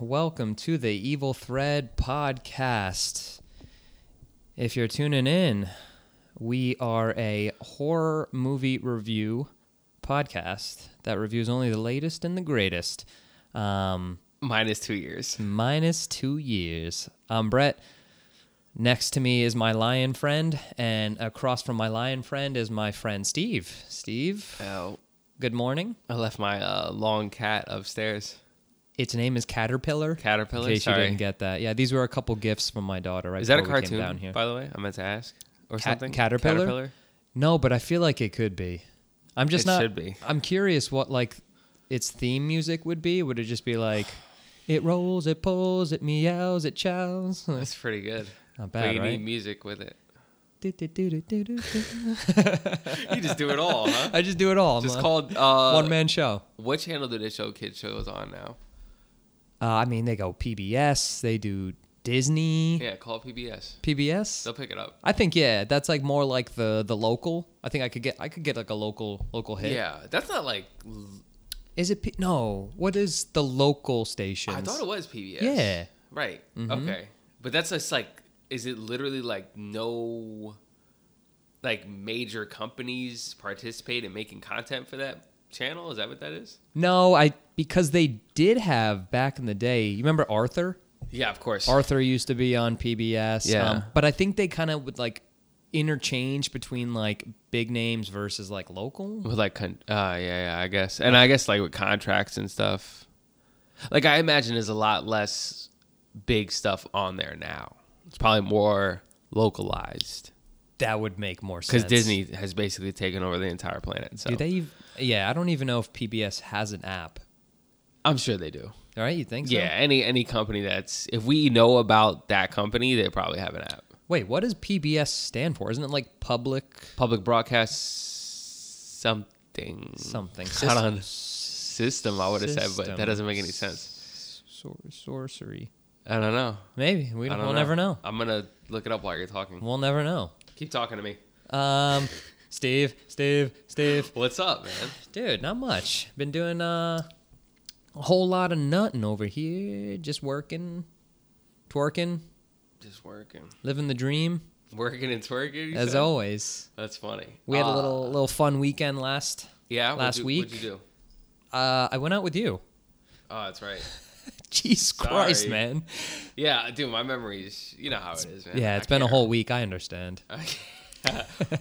Welcome to the Evil Thread podcast. If you're tuning in, we are a horror movie review podcast that reviews only the latest and the greatest. Um, Minus two Hmm. years. minus two years. I'm Brett. Next to me is my lion friend, and across from my lion friend is my friend Steve. Steve, Oh, good morning. I left my uh, long cat upstairs. Its name is Caterpillar. Caterpillar. In case Sorry. you didn't get that, yeah, these were a couple gifts from my daughter. Right Is that a before we came cartoon? down here? By the way, I meant to ask or Ca- something. Caterpillar? Caterpillar. No, but I feel like it could be. I'm just It not. should be. I'm curious what like its theme music would be. Would it just be like, it rolls, it pulls, it meows, it chows? That's pretty good. Not but bad, you right? need music with it. Do-do-do-do-do-do-do. You just do it all, huh? I just do it all. just man. called uh, one man show. What channel do they show kids shows on now? Uh, I mean, they go PBS. They do Disney. Yeah, call PBS. PBS. They'll pick it up. I think yeah, that's like more like the the local. I think I could get I could get like a local local hit. Yeah, that's not like Is it P- no? What is the local station? I thought it was PBS. Yeah. Right. Okay. But that's just like, is it literally like no, like major companies participate in making content for that channel? Is that what that is? No, I because they did have back in the day. You remember Arthur? Yeah, of course. Arthur used to be on PBS. Yeah. um, but I think they kind of would like interchange between like big names versus like local. with like, con- uh, yeah, yeah, I guess, and I guess like with contracts and stuff. Like I imagine, there's a lot less big stuff on there now. It's probably more localized That would make more sense. because Disney has basically taken over the entire planet. So Do they? ev- Yeah, I don't even know if PBS has an app. I'm sure they do. All right, you think? so? Yeah, any any company that's if we know about that company, they probably have an app. Wait, what does PBS stand for? Isn't it like public Public broadcast something something? not Sys- on system. I would have said, but that doesn't make any sense. Sor- sorcery. I don't know. Maybe we I don't, don't we'll never know. I'm gonna look it up while you're talking. We'll never know. Keep talking to me. Um, Steve, Steve, Steve. What's up, man? Dude, not much. Been doing uh, a whole lot of nutting over here. Just working, twerking, Just working, living the dream working and twerking. you as said? always. That's funny. We had a Uh, little little fun weekend last. yeah. what'd last you- week. What'd you do? Uh, I went out with you. Oh, that's right. Jeez Christ, Sorry. man. Yeah, dude, my memories. You know how it is, man. Yeah, it's I been a care. whole week. I understand.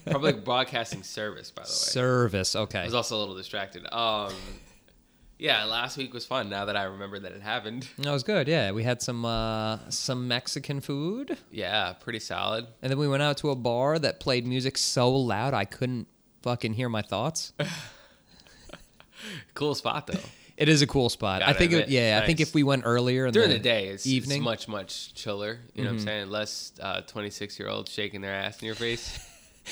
Public broadcasting service, by the way. Service. I Okay. was also a little distracted. Um, yeah, last week was fun. Now that I remember that it happened, That was good. Yeah, we had some uh, some Mexican food, yeah, pretty solid. and then we went out to a bar that played music so loud I couldn't fucking hear my thoughts. Cool spot though. It is a cool spot. I Gotta think. It, admit, yeah, I think nice. if we went earlier in During the, the day, it's, evening. Mm-hmm. evening. much much chiller. You know what I'm saying? Less twenty-six year olds shaking their ass in your face.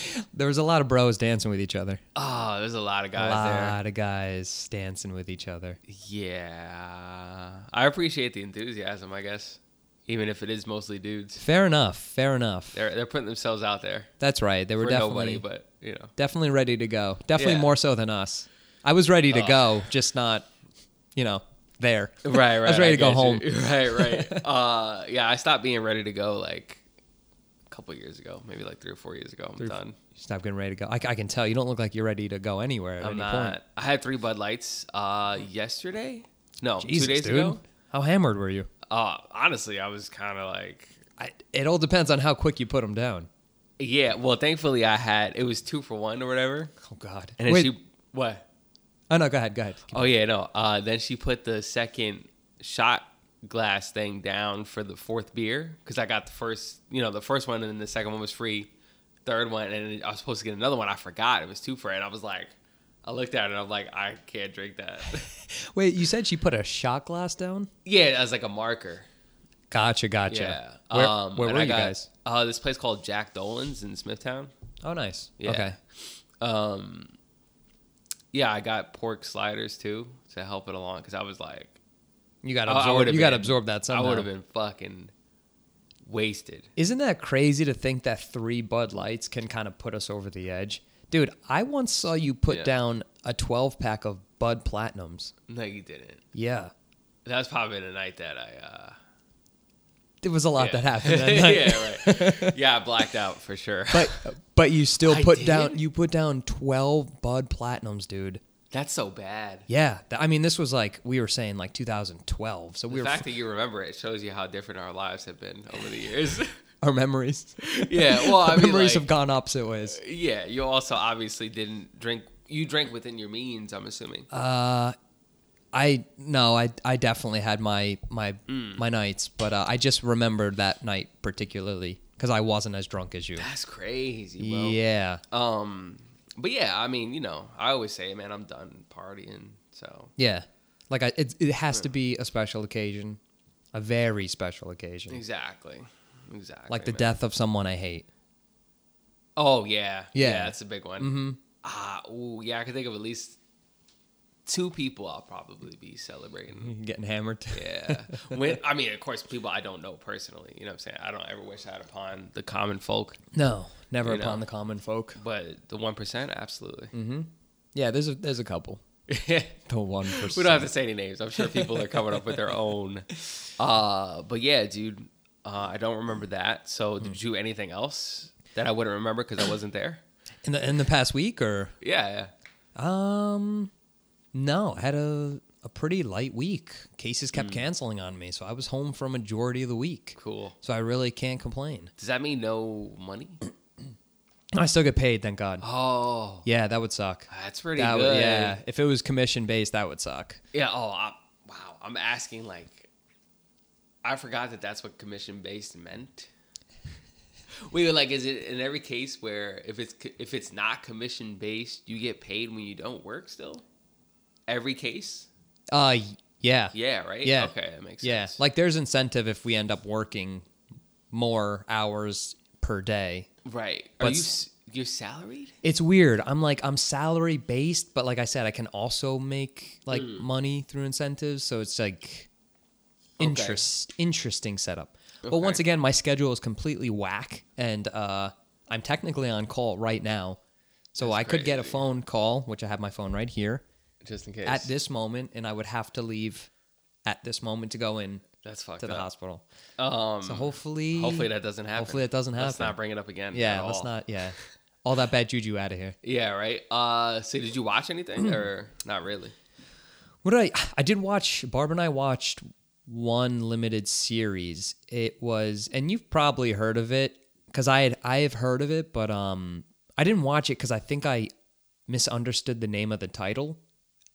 there was a lot of bros dancing with each other. Oh, there's a lot of A guys there. lot of guys dancing with each other. Yeah, I appreciate the enthusiasm. I guess, even if it is mostly dudes, Fair enough. Fair enough. they're they're putting themselves out there That's right. They were for definitely nobody. But you know, definitely ready to go. Definitely Yeah. more so than us. I was ready to Oh. go, just not, you know, there. right, right. I was ready to go home. get you. Right, right. uh, yeah, I stopped being ready to go like a couple years ago, maybe like three or four years ago. I'm done. Stop getting ready to go. I, I can tell you don't look like you're ready to go anywhere at I'm any not. point. I had three Bud Lights uh, yesterday. No, Jesus, two days dude. ago. How hammered were you? Uh, honestly, I was kind of like, I, it all depends on how quick you put them down. yeah. Well, thankfully, I had it was two for one or whatever. Oh God. And then Wait. she what? oh no, go ahead, go ahead. Oh yeah, no. Uh, then she put the second shot glass thing down for the fourth beer because I got the first, you know, the first one and then the second one was free. Third one and I was supposed to get another one. I forgot it was two for it. I was like, I looked at it and I'm like, I can't drink that. Wait, you said she put a shot glass down? yeah, as like a marker. Gotcha, gotcha. Yeah. Where, um, where and were I you got, guys? Uh, this place called Jack Dolan's in Smithtown. Oh, nice. Yeah. Okay. Um, yeah, I got pork sliders too to help it along because I was like, You got I- I absorbed. would've You got been- absorbed that somehow. I would have been fucking wasted. Isn't that crazy to think that three Bud Lights can kind of put us over the edge? Dude, I once saw you put Yeah. down a 12 pack of Bud Platinums. No, you didn't. Yeah. That was probably the night that I. Uh, There was a lot yeah. that happened. That night. yeah, right. Yeah, I blacked out for sure. But but you still I put did? down you put down twelve Bud Platinums, dude. That's so bad. Yeah, th- I mean this was like we were saying like 2012, so we The were fact that you remember it shows you how different our lives have been over the years. our memories. yeah, well, I our mean, memories like, have gone opposite ways. yeah. You also obviously didn't drink. You drank within your means. I'm assuming. Uh, I no, I I definitely had my my Hmm. my nights, but uh, I just remembered that night particularly because I wasn't as drunk as you. That's crazy, bro. Yeah, Um, but yeah, I mean, you know, I always say, man, I'm done partying. So yeah. Like I, it, it has to be a special occasion, a very special occasion, exactly, exactly. like the man. death of someone I hate. Oh yeah, Yeah. yeah, that's a big one. Ah, ooh, yeah, I can think of at least two people I'll probably be celebrating. Getting hammered. Yeah, when I mean, of course, people I don't know personally. You know, what I'm saying I don't ever wish that upon the common folk, No, never You upon know. the common folk. but the one percent, absolutely. Yeah, there's a there's a couple. The one we don't percent. have to say any names. I'm sure people are coming up with their own. Uh, but yeah, dude, uh, I don't remember that. So did you do anything else that I wouldn't remember because I wasn't there? In the in the past week or Yeah, yeah. um, no, I had a a pretty light week. Cases Hmm. kept canceling on me, so I was home for a majority of the week. cool. So I really can't complain. Does that mean no money? I still get paid, thank God. Oh, Yeah, that would suck. that's pretty That would, good. yeah, if it was commission based, that would suck. Yeah. Oh, I, wow. I'm asking like, I forgot that that's what commission based meant. We were like, is it in every case where if it's co- if it's not commission based, you get paid when you don't work still? Every case? Uh, y- yeah, Yeah. Right. Yeah. Okay, that makes yeah. sense. Like there's incentive if we end up working more hours per day. right. Are but you s- s- you're salaried? It's weird. I'm like I'm salary based, but like I said, I can also make like Mm. money through incentives. So it's like Okay. interest interesting setup. But once Okay. again, my schedule is completely whack, and uh, I'm technically on call right now. So That's I could get a crazy. phone call, which I have my phone right here Just in case. at this moment, and I would have to leave at this moment to go in that's fucked to the up. hospital. Um. So hopefully, hopefully that doesn't happen. hopefully that doesn't Let's happen. not bring it up again. yeah, at let's all. not. Yeah, all that bad juju out of here. Yeah. Right. Uh. So did you watch anything or not really? What did I? I did watch. Barb and I watched one limited series. It was, and you've probably heard of it because I had I have heard of it, but um, I didn't watch it because I think I misunderstood the name of the title.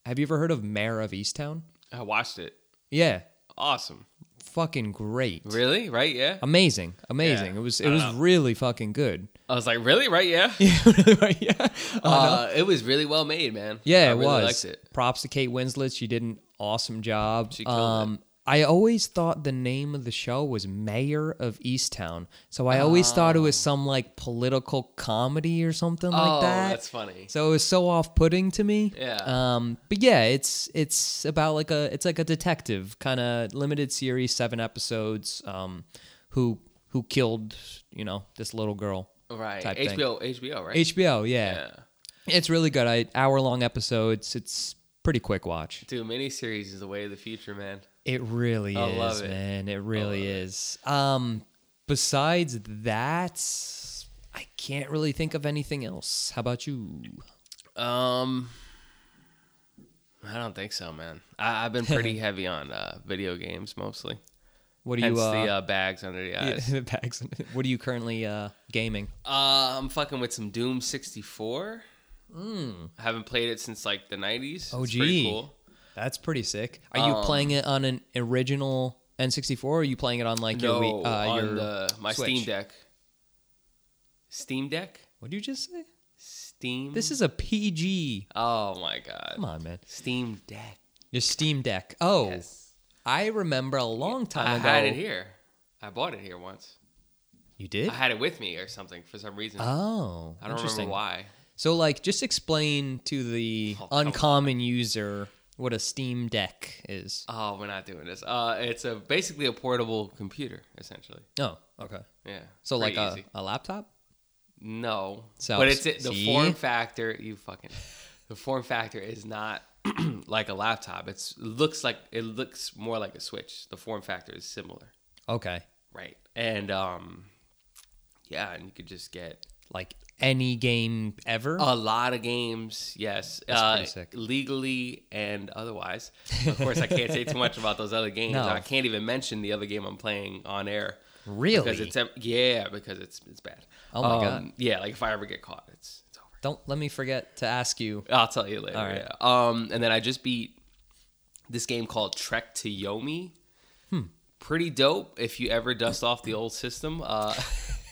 Have you ever heard of Mayor of Easttown? I watched it. Yeah, Awesome. fucking great, Really? Right? Yeah. Uh, amazing, amazing. Yeah, It was I it was know. really fucking good. I was like, really? Right? Yeah. yeah, Uh, it was really well made, man. Yeah, I it really was. Liked it. Props to Kate Winslet. She did an awesome job. Um, She killed it. I always thought the name of the show was Mayor of Easttown, so I always thought it was some like political comedy or something oh, like that. that's funny. so it was so off-putting to me. Yeah. Um. But yeah, it's it's about like a it's like a detective kind of limited series, seven episodes. Um, who who killed you know this little girl? Right. type HBO. HBO. Right. HBO. Yeah. yeah. It's really good. I hour-long episodes. It's pretty quick watch. Dude, miniseries is the way of the future, man. It really I is, love it. man. It really is. Um, besides that, I can't really think of anything else. How about you? Um, I don't think so, man. I, I've been pretty heavy on uh, video games mostly. What do Hence you? the Uh, uh, bags under the yeah, eyes. the bags. What are you currently uh, gaming? Uh, I'm fucking with some Doom 64. Hmm. I haven't played it since like the 90s. Oh, It's pretty gee. cool. That's pretty sick. Are Um, you playing it on an original N64? Or are you playing it on like your No, Wii- uh, on your the, my Steam Switch? Deck. Steam Deck? What did you just say? Steam. This is a PG. Oh my god. Come on, man. Steam Deck. Your Steam Deck. Oh, Yes. I remember a long time I ago. had it here. I bought it here once. You did? I had it with me or something for some reason. oh, I don't interesting. remember why. So, like, just explain to the Oh, come on. uncommon user what a Steam Deck is. Oh, we're not doing this. Uh, it's a basically a portable computer, essentially. Oh, okay. Yeah. So, Pretty like uh, a, easy. a laptop? no, So- but it's it, the see? form factor. You fucking the form factor is not like a laptop. It's it looks like it looks more like a Switch. The form factor is similar, Okay. right? And um, yeah, and you could just get Like any game ever. a lot of games. Yes, That's uh, pretty sick. legally and otherwise. Of course, I can't say too much about those other games. No. I can't even mention the other game I'm playing on air. really? Because it's ev- yeah, because it's it's bad. Oh my God! Yeah, like if I ever get caught, it's it's over. Don't let me forget to ask you. I'll tell you later. All right. yeah. Um, and then I just beat this game called Trek to Yomi. Hmm. Pretty dope. If you ever dust off the old system, uh,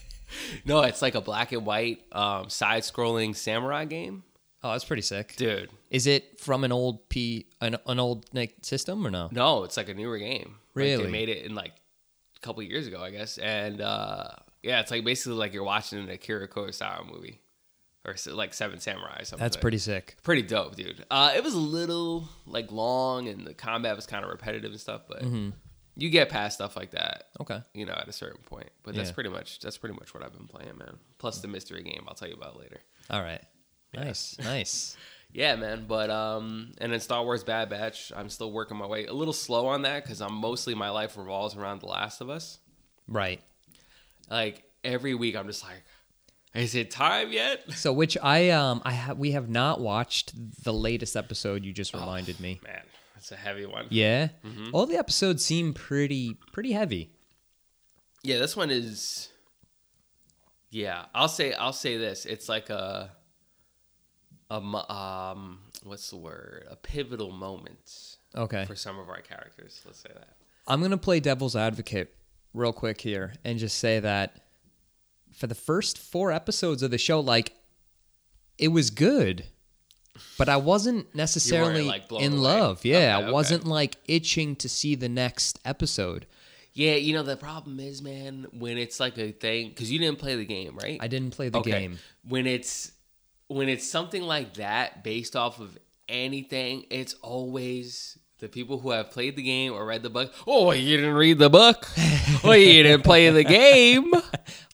no, it's like a black and white um, side-scrolling samurai game, Oh, that's pretty sick. dude. Is it from an old P an, an old like system or no? No, it's like a newer game. Like, Really? they made it in like a couple years ago, I guess. And uh, yeah, it's like basically like you're watching an Akira Kurosawa movie, or s- like Seven Samurai. Or something That's like pretty sick. pretty dope, dude. Uh, it was a little like long, and the combat was kind of repetitive and stuff, but you get past stuff like that, Okay. you know, at a certain point. But that's Yeah. pretty much that's pretty much what I've been playing, man. Plus the mystery game I'll tell you about later. All right. Nice. Nice. Yeah, man. But um, and then Star Wars Bad Batch, I'm still working my way a little slow on that because I'm mostly my life revolves around The Last of Us. Right. Like every week, I'm just like, is it time yet? So which I um I ha- we have not watched the latest episode you Oh. just reminded me. Man, it's a heavy one. Yeah. Mm-hmm. All the episodes seem pretty pretty heavy. Yeah, this one is. Yeah, I'll say I'll say this. It's like a, a mo- um, what's the word? A pivotal moment Okay. for some of our characters. Let's say that. I'm going to play devil's advocate real quick here and just say that for the first 4 episodes of the show like it was good but I wasn't necessarily like, blown in away. love. Yeah, Okay, I okay. wasn't like itching to see the next episode. Yeah, you know the problem is, man, when it's like a thing because you didn't play the game, right? I didn't play the game. When it's when it's something like that based off of anything, it's always the people who have played the game or read the book. Oh, you didn't read the book. oh, you didn't play the game.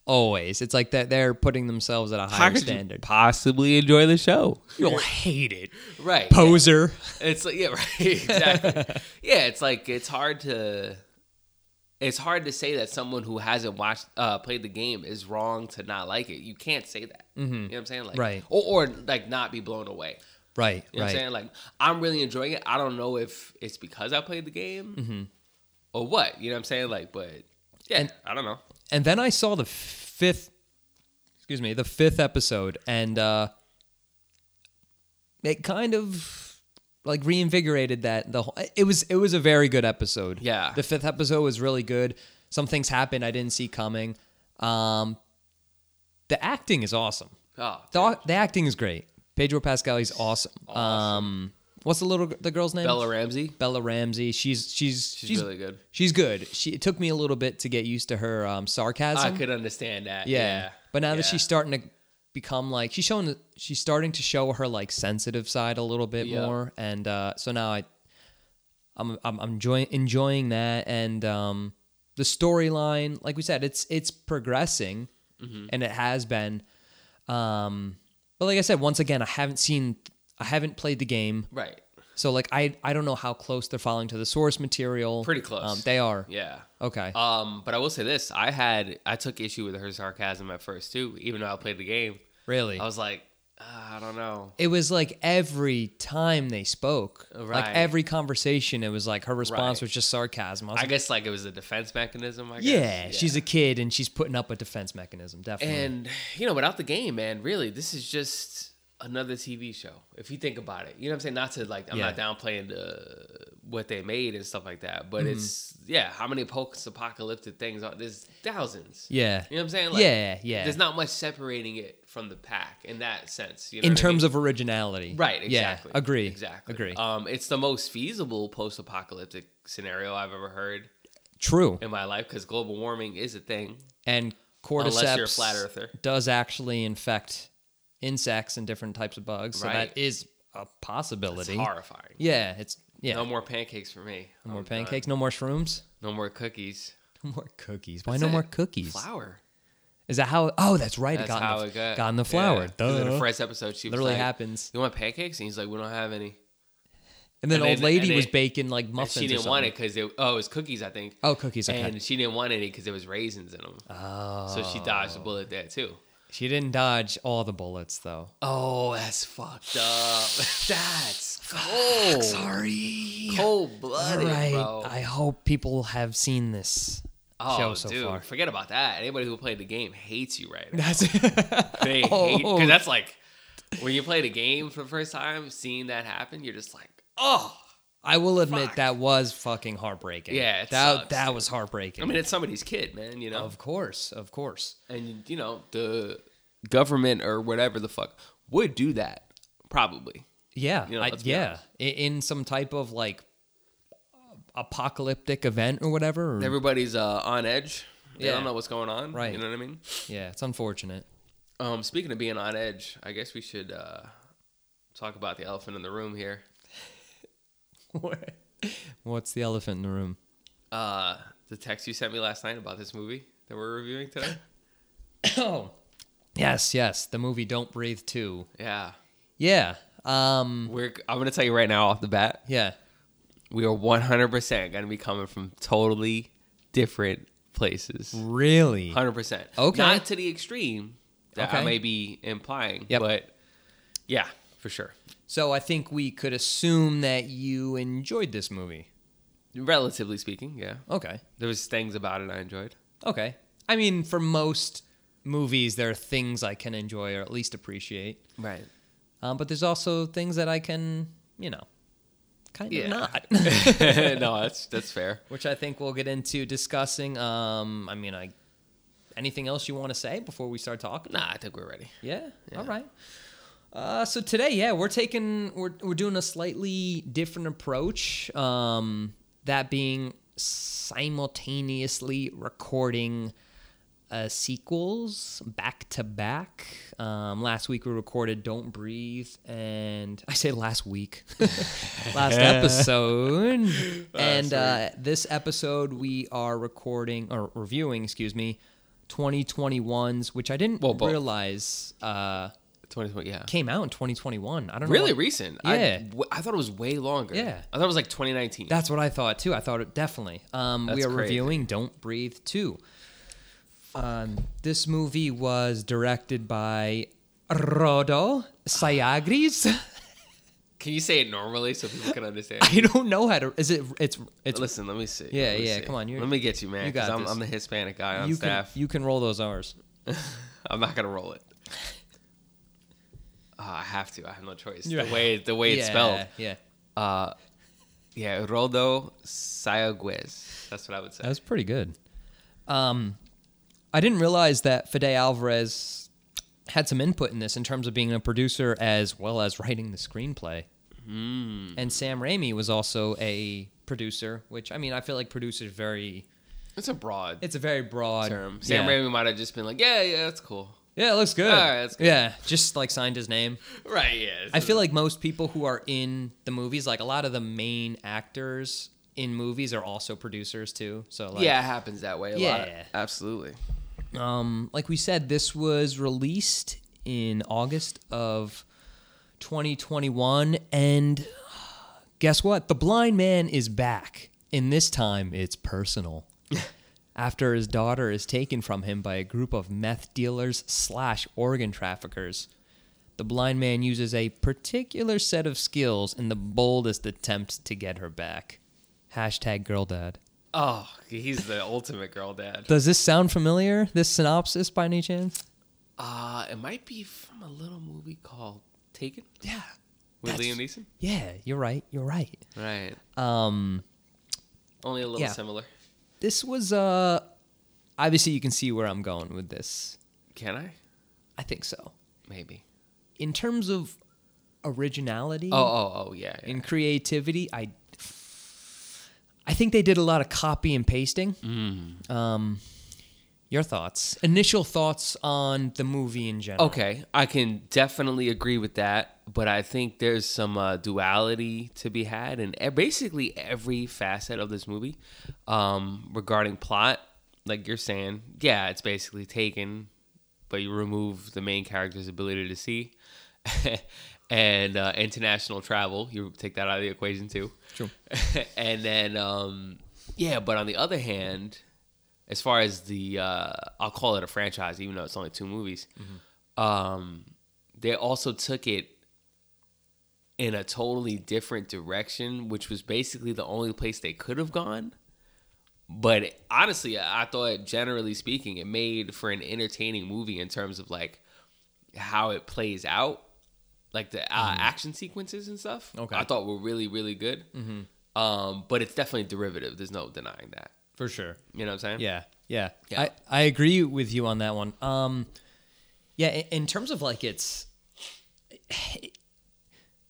Always. It's like that they're putting themselves at a How higher could you standard. possibly enjoy the show? You'll hate it. Right. Poser. It's like yeah, right. Exactly. yeah, it's like it's hard to it's hard to say that someone who hasn't watched uh played the game is wrong to not like it. You can't say that. You know what I'm saying? Like Mm-hmm. Right. or, or like not be blown away. Right, You know what I'm right. saying? Like I'm really enjoying it. I don't know if it's because I played the game or what. You know what I'm saying? Like, but yeah, I don't know. Mm-hmm. And then I saw the fifth, excuse me, the fifth episode, and uh, it kind of like reinvigorated that the whole. It was it was a very good episode. Yeah. the fifth episode was really good. Some things happened I didn't see coming. Um, the acting is awesome. Oh, The, the acting is great. Pedro Pascal is awesome. Um, what's the little the girl's name? Bella Ramsey. Bella Ramsey. She's she's She's, really good. She's good. She it took me a little bit to get used to her um, I sarcasm. could understand that. yeah. Yeah. But now that Yeah. she's starting to become like she's showing she's starting to show her like sensitive side a little bit Yeah. more, and uh, so now I, I'm I'm, I'm enjoying enjoying that, and um, the storyline, like we said, it's it's progressing, Mm-hmm. and it has been. Um, but like I said, once again, I haven't seen, I haven't played the game. Right. So like I I don't know how close they're following to the source material. Pretty close. Um, they are. Yeah. Okay. Um, but I will say this: I had I took issue with her sarcasm at first too, even though I played the game. really. I was like, ah, I don't know. it was like every time they spoke, Right. like every conversation, it was like her response Right. was just sarcasm. I was I like, guess like it was a defense mechanism. I guess. yeah, she's a kid and she's putting up a defense mechanism, definitely. And you know, without the game, man, really, this is just another TV show. If you think about it, you know what I'm saying. Not to like, I'm Yeah. not downplaying the what they made and stuff like that, but Mm-hmm. it's yeah. How many post-apocalyptic things are there's thousands. yeah, You know what I'm saying? Yeah, yeah. There's not much separating it from the pack in that sense. You know in what I mean? terms of originality, Right. Yeah, Exactly. agree. Exactly. Agree. Um, it's the most feasible post-apocalyptic scenario I've ever heard True. in my life because global warming is a thing. And cordyceps Unless you're a flat earther. does actually infect insects and different types of bugs, so Right. that is a possibility. It's horrifying. Yeah, it's yeah. No uh, more pancakes for me. No more I'm done. pancakes, no more shrooms, No more cookies. no more cookies. Why That's no it. more cookies? Flour. Is that how? Oh, that's right. That's it got how in the, it got. got in the Yeah. flower. 'Cause In the Duh. first episode, she was Literally like, happens. "You want pancakes?" And he's like, "We don't have any." And then And old then- lady and was it- baking like And muffins. she or didn't something. want it because it oh it was cookies I think. Oh, cookies. Okay. And she didn't want any because there was raisins in them. oh. So she dodged a bullet there too. She didn't dodge all the bullets though. Oh, that's fucked up. that's cold. Sorry. Cold All blooded, right. bro. I hope people have seen this oh, show so dude, far. forget about that. Anybody who played the game hates you right now. That's They hate Oh. because that's like when you play the game for the first time, seeing that happen, you're just like, oh. I will admit Fuck. that was fucking heartbreaking. Yeah, it that sucks, that dude. was heartbreaking. I mean, it's somebody's kid, man. You know, of course, of course. and you know the government or whatever the fuck would do that probably. Yeah, You know, I- let's be yeah. I- In some type of like apocalyptic event or whatever. or- Everybody's uh, on edge. They Yeah. don't know what's going on. Right. You know what I mean? yeah, it's unfortunate. Um, speaking of being on edge, I guess we should uh, talk about the elephant in the room here. What's the elephant in the room? Uh, the text you sent me last night about this movie that we're reviewing today. oh, yes, yes. The movie Don't Breathe Two. yeah, Yeah. Um. we're. I'm gonna tell you right now off the bat. Yeah. we are 100% going to be coming from totally different places. Really. 100%. Okay. Not to the extreme that I Okay. may be implying, Yep. but yeah, for sure. So I think we could assume that you enjoyed this movie. Relatively speaking, yeah. Okay. There was things about it I enjoyed. Okay. I mean, for most movies, there are things I can enjoy or at least appreciate. Right. Um, but there's also things that I can, you know, kind of Yeah. not. no, that's that's fair. Which I think we'll get into discussing. Um, I mean, I anything else you want to say before we start talking? Nah, I think we're ready. Yeah. All right. Uh, so today, yeah, we're taking we're we're doing a slightly different approach. Um, that being simultaneously recording uh, sequels back to back. Um, last week we recorded "Don't Breathe," and I say last week, last episode, and uh, this episode we are recording or reviewing, excuse me, 2021's, which I didn't Well, both. realize uh, 2020, yeah. came out in 2021. I don't know Really what- recent. Yeah. I, w- I thought it was way longer. Yeah. I thought it was like 2019. That's what I thought too. I thought it definitely. Um, we That's are crazy. reviewing "Don't Breathe" too. Um, this movie was directed by Rodo Sayagris. Can you say it normally so people can understand? I don't know how to. Is it? It's. It's. Listen, let me see. Yeah, Let me yeah, see. come on, you're- let me get you, man. you got 'cause I'm, this. I'm the Hispanic guy on you staff. can. You can roll those R's. I'm not gonna roll it. Ah, I have to. I have no choice. Yeah. The way the way it's spelled. Yeah. Uh, yeah, Roldo Sayaguez. That's what I would say. That was pretty good. Um, I didn't realize that Fede Alvarez had some input in this in terms of being a producer as well as writing the screenplay. Hmm. And Sam Raimi was also a producer, which I mean, I feel like producer is very. It's a broad It's a very broad term. Sam yeah. Raimi might have just been like, yeah, yeah, that's cool. Yeah, it looks good. All right, that's good. Yeah, just like signed his name. Right. Yeah. I feel like most people who are in the movies, like a lot of the main actors in movies, are also producers too. So like, yeah, it happens that way a lot. Yeah. Absolutely. Um, like we said, this was released in August of 2021, and guess what? The blind man is back, and this time it's personal. After his daughter is taken from him by a group of meth dealers slash organ traffickers, the blind man uses a particular set of skills in the boldest attempt to get her back. Hashtag girl dad. Oh, he's the ultimate girl dad. Does this sound familiar? This synopsis, by any chance? Uh, it might be from a little movie called Taken Yeah. with That's- Liam Neeson. Yeah, you're right. You're right. Right. Um, Only a little Yeah. similar. this was uh, obviously you can see where I'm going with this. Can I? I think so. Maybe. In terms of originality Oh, oh, oh, yeah. yeah. and creativity, I I think they did a lot of copy and pasting. Um, your thoughts? Initial thoughts on the movie in general? Okay, I can definitely agree with that, but I think there's some uh, duality to be had in e- basically every facet of this movie um, regarding plot. Like you're saying, yeah, it's basically taken, but you remove the main character's ability to see, and uh, international travel. You take that out of the equation too. True. and then, um, yeah, but on the other hand, as far as the, uh, I'll call it a franchise, even though it's only two movies, um, they also took it in a totally different direction, which was basically the only place they could have gone. But honestly, I I thought, generally speaking, it made for an entertaining movie in terms of like how it plays out, like the uh, action sequences and stuff. Mm-hmm. Okay. Mm-hmm. I thought were really, really good. Um, but it's definitely derivative. There's no denying that. for sure. You know what I'm saying? Yeah, yeah. Yeah. I, I agree with you on that one. Um, yeah, in, in terms of like it's,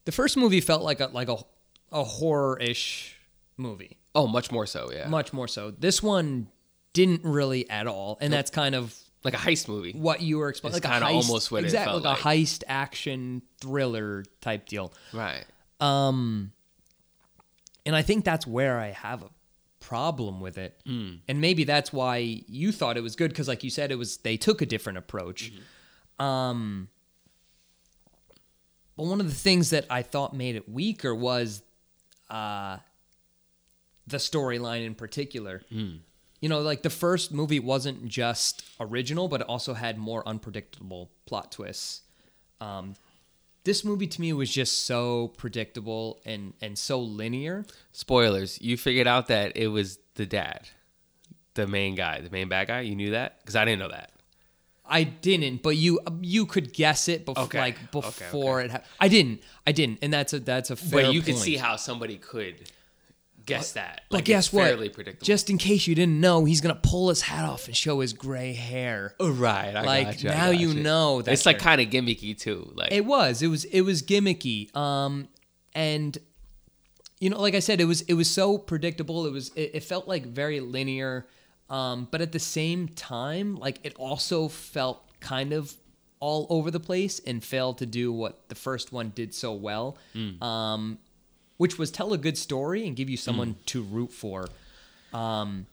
the first movie felt like a like a a horror ish movie, Oh, much more so. Yeah. much more so. This one didn't really at all, and that's kind of like a heist movie. what you were expecting. It's Like kinda a heist, almost what it exactly felt like a heist action thriller type deal. Right. Um, and I think that's where I have a problem with it. And maybe that's why you thought it was good because, like you said, it was they took a different approach. Um, but one of the things that I thought made it weaker was uh, the storyline in particular. You know, like the first movie wasn't just original, but it also had more unpredictable plot twists this movie to me was just so predictable and and so linear. Spoilers. You figured out that it was the dad, the main guy, the main bad guy. You knew that because I didn't know that. I didn't, but you uh, you could guess it before Okay. like Okay, okay. before it happened. I didn't. I didn't, and that's a that's a fair. but you can point. see how somebody could guess that. But Like, it's guess what? Fairly predictable. Just in case you didn't know, he's gonna pull his hat off and show his gray hair. Oh, right. I like, gotcha, I now you gotcha. know that it's like kind of gimmicky too. Like It was. It was. It was gimmicky. Um, and you know, like I said, it was. It was so predictable. It was. It, it felt like very linear. Um, but at the same time, like it also felt kind of all over the place and failed to do what the first one did so well, um, which was tell a good story and give you someone to root for Um,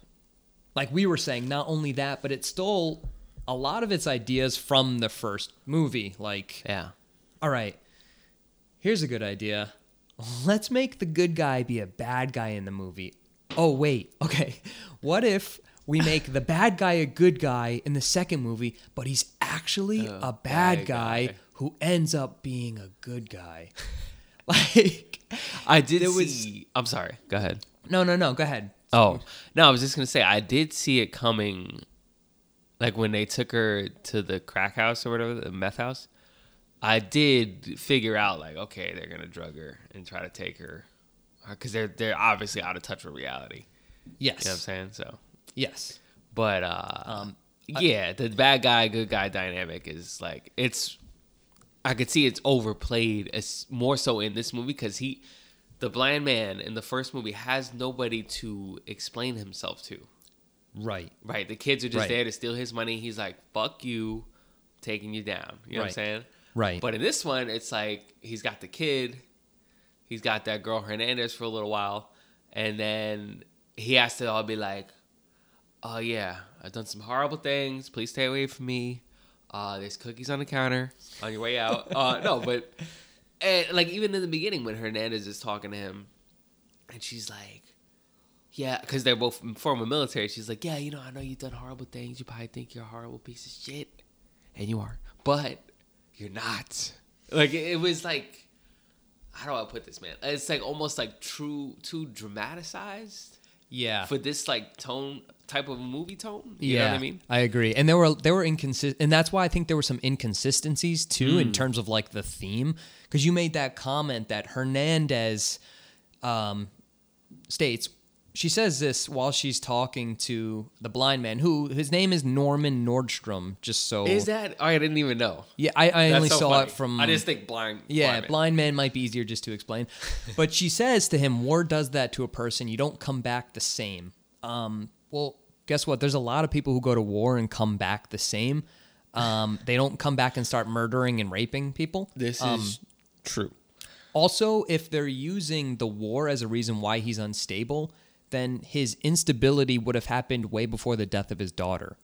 like we were saying, not only that, but it stole a lot of its ideas from the first movie. Like, yeah. all right, here's a good idea. Let's make the good guy be a bad guy in the movie. Oh, wait, okay. What if we make the bad guy a good guy in the second movie, but he's actually a bad, Oh, bad guy, guy. who ends up being a good guy? like, I did There was- see. I'm sorry. Go ahead. no, no, no, go ahead. Oh no, I was just gonna say I did see it coming. Like when they took her to the crack house or whatever, the meth house. I did figure out like, okay, they're gonna drug her and try to take her, because they're they're obviously out of touch with reality. Yes. You know what I'm saying? So Yes. But uh, yeah, the bad guy, good guy dynamic is like it's. I could see it's overplayed as more so in this movie because he, the blind man in the first movie, has nobody to explain himself to. Right. Right, the kids are just Right. there to steal his money. He's like, "Fuck you, taking you down." You know what I'm Right. saying? Right. But in this one, it's like he's got the kid, he's got that girl Hernandez for a little while, and then he has to all be like, "Oh yeah, I've done some horrible things. Please stay away from me. Uh, there's cookies on the counter on your way out." uh, no, but and like even in the beginning when Hernandez is talking to him, and she's like, "Yeah," because they're both former military. She's like, "Yeah, you know, I know you've done horrible things. You probably think you're a horrible piece of shit, and you are, but you're not." Like it it was like, how do I put this, man? It's like almost like true, too dramatized Yeah. for this like tone type of movie tone. You know what I mean? agree. And there were there were inconsistent, and that's why I think there were some inconsistencies too Mm. in terms of like the theme, because you made that comment that Hernandez um, states. She says this while she's talking to the blind man, who his name is Norman Nordstrom. Just so Is that? oh, I didn't even know. yeah, I, I That's only so saw funny. it from I just think blind. yeah, man. blind man might be easier just to explain. but she says to him, war does that to a person. You don't come back the same. Um, well, guess what? There's a lot of people who go to war and come back the same. Um, they don't come back and start murdering and raping people. This Um, is true. also, if they're using the war as a reason why he's unstable, then his instability would have happened way before the death of his daughter.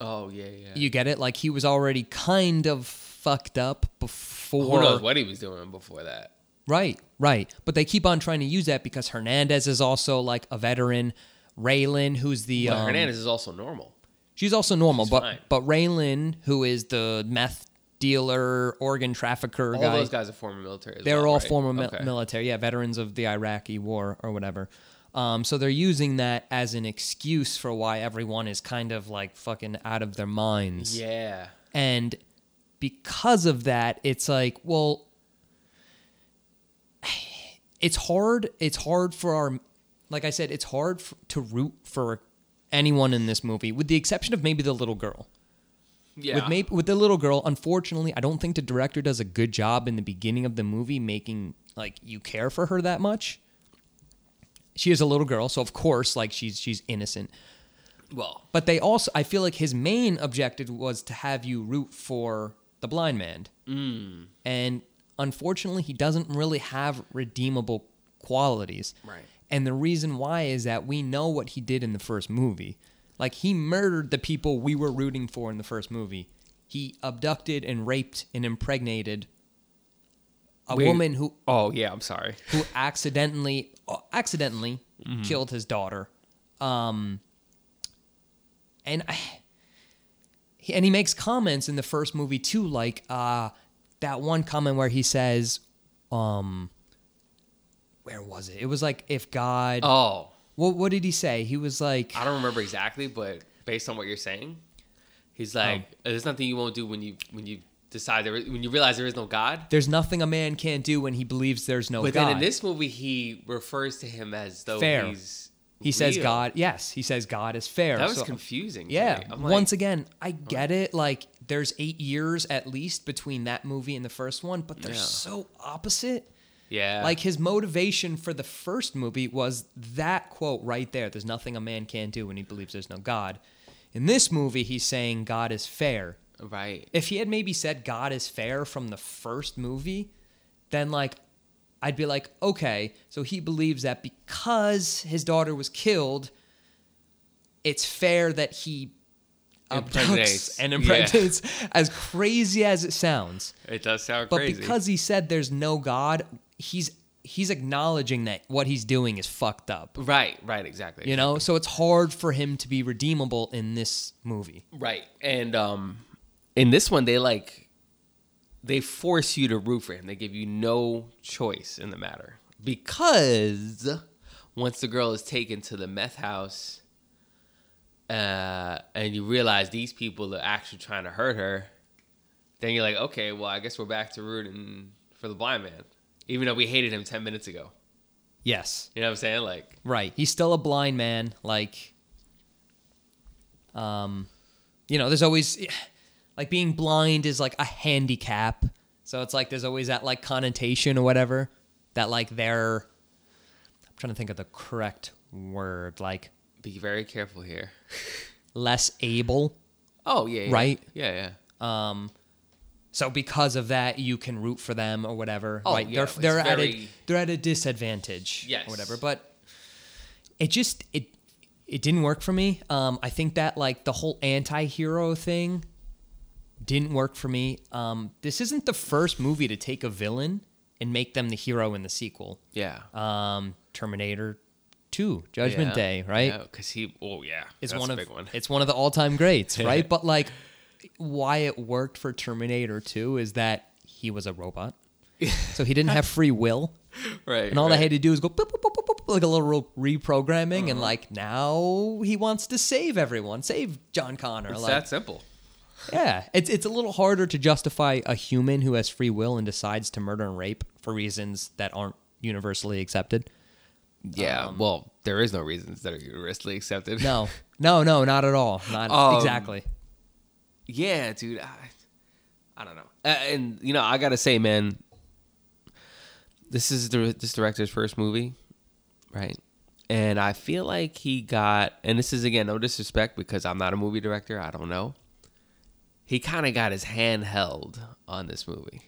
Oh yeah, yeah. You get it? Like he was already kind of fucked up before. Who knows what he was doing before that? Right, right. But they keep on trying to use that because Hernandez is also like a veteran. Raylan, who's the But um, Hernandez is also normal. she's also normal, She's but fine. but Raylan, who is the meth dealer, organ trafficker All guy, those guys are former military. as they're well, all right? former mi- Okay. military, yeah, veterans of the Iraqi War or whatever. Um, so they're using that as an excuse for why everyone is kind of like fucking out of their minds. Yeah. And because of that, it's like, well, it's hard. It's hard for our, like I said, it's hard f- to root for anyone in this movie, with the exception of maybe the little girl. Yeah. With maybe with the little girl, unfortunately, I don't think the director does a good job in the beginning of the movie making like you care for her that much. She is a little girl, so of course, like she's she's innocent. Well, But they also, I feel like his main objective was to have you root for the blind man. Mm. And unfortunately, he doesn't really have redeemable qualities. Right. And the reason why is that we know what he did in the first movie. Like, he murdered the people we were rooting for in the first movie. He abducted and raped and impregnated a Wait. woman who oh yeah, I'm sorry. who accidentally accidentally Mm-hmm. killed his daughter. Um, and I, he- and he makes comments in the first movie too, like uh, that one comment where he says, um, "Where was it? It was like if God." Oh, What what did he say? He was like, I don't remember exactly, but based on what you're saying, Oh. he's like, "There's nothing you won't do when you when you decide there, when you realize there is no God." "There's nothing a man can't do when he believes there's no But Oh, God." then in this movie, he refers to him as though Fair. he's he says real. God. Yes, he says God is fair. That was So- confusing. to Yeah. me. I'm like, Once again, I get it. Like, there's eight years at least between that movie and the first one, but they're Yeah. so opposite. yeah, Like, his motivation for the first movie was that quote right there there's nothing a man can do when he believes there's no God. In this movie, he's saying God is fair. right. If he had maybe said God is fair from the first movie, then like I'd be like, okay, so he believes that because his daughter was killed, it's fair that he impregnates Impregnates. and Yeah. impregnates as crazy as it sounds. It does sound But crazy. because he said there's no God, he's he's acknowledging that what he's doing is fucked up. right, right, exactly. You know, so it's hard for him to be redeemable in this movie. right. And um, in this one, they like they force you to root for him. They give you no choice in the matter because once the girl is taken to the meth house, uh, and you realize these people are actually trying to hurt her, then you're like, okay, well, I guess we're back to rooting for the blind man, even though we hated him ten minutes ago. Yes. You know what I'm saying? Like, Right. He's still a blind man. Like, um, you know, there's always like being blind is like a handicap. So it's like there's always that like connotation or whatever that like they're. I'm trying to think of the correct word, like be very careful here. less able. Oh yeah, yeah. Right? Yeah, yeah. Um, so because of that, you can root for them or whatever. Oh, right? yeah, it's they're they're at a very- they're at a disadvantage. Yes. Or whatever. But it just it it didn't work for me. Um, I think that like the whole anti-hero thing didn't work for me. Um, this isn't the first movie to take a villain and make them the hero in the sequel. Yeah. Um, Terminator Two, Judgment Yeah. Day, right? Yeah, Cause he, oh yeah, It's that's one a of big one. it's one of the all time greats, right? but like, why it worked for Terminator Two is that he was a robot, so he didn't have free will, right. and all right. Uh-huh. they had to do was go boop, boop, boop, boop, boop, like a little re- reprogramming, and like now he wants to save everyone, save John Connor. It's like, that simple. yeah, it's it's a little harder to justify a human who has free will and decides to murder and rape for reasons that aren't universally accepted. Yeah. well, there is no reasons that are universally accepted. No, no, no, not at all. Not Um, exactly. yeah, dude. I, I don't know. Uh, and you know, I gotta say, man, this is the, this director's first movie, right? And I feel like he got, and this is again no disrespect because I'm not a movie director. I don't know. He kind of got his hand held on this movie.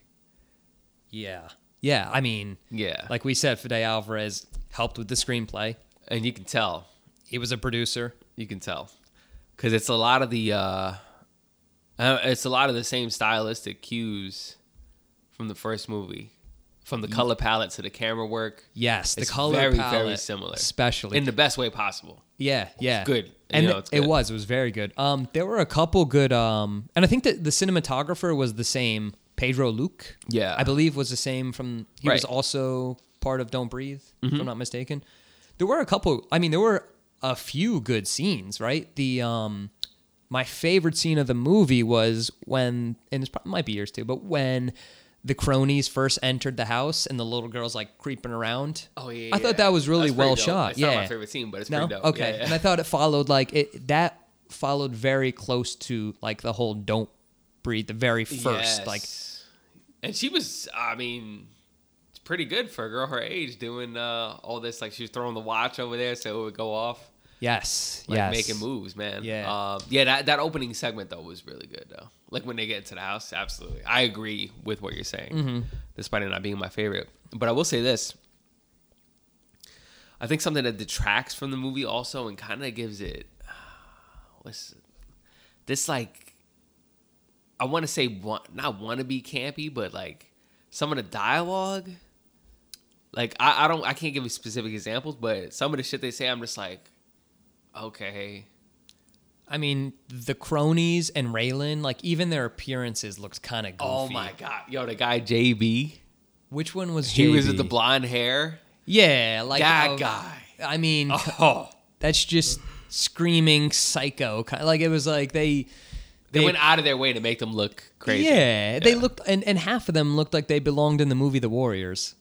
Yeah. Yeah, I mean, Yeah. like we said, Fede Alvarez helped with the screenplay. and you can tell He was a producer. you can tell because it's a lot of the uh Uh, it's a lot of the same stylistic cues from the first movie, from the color palette to the camera work. Yes, the It's color very, palette, very similar, especially. in the best way possible. yeah, yeah, good. And You know, th- it's good. it was, it was very good. Um, there were a couple good. Um, and I think that the cinematographer was the same. Pedro Luke, Yeah. I believe was the same from. He was Right. Mm-hmm. also part of Don't Breathe, if I'm not mistaken. There were a couple. I mean, there were a few good scenes, right? The um, my favorite scene of the movie was when, and it's probably might be yours too, but when the cronies first entered the house and the little girl's like creeping around. Oh yeah, I thought that was really well shot. It's yeah, not my favorite scene, but it's no, pretty dope. okay. Yeah, yeah. And I thought it followed like it that followed very close to like the whole "Don't Breathe" the very first. Like Yes. and she was i mean it's pretty good for a girl her age doing uh all this like she was throwing the watch over there so it would go off yes, like yes, making moves man Yeah. um, yeah that, that opening segment though was really good though like when they get into the house absolutely i agree with what you're saying despite it not being my favorite but i will say this i think something that detracts from the movie also and kind of gives it uh, what's this like I want to say wa- not want to be campy, but like some of the dialogue, like I, I don't I can't give you specific examples, but some of the shit they say, I'm just like, okay, I mean, the cronies and Raylan, like even their appearances looked kind of goofy. oh my god, yo, the guy JB, Which one was he was JB? with the blonde hair, Yeah, like That uh, guy. I mean, oh, that's just screaming psycho. Kind like it was like they. they, went out of their way to make them look crazy. Yeah, they looked, and, and half of them looked like they belonged in the movie The Warriors.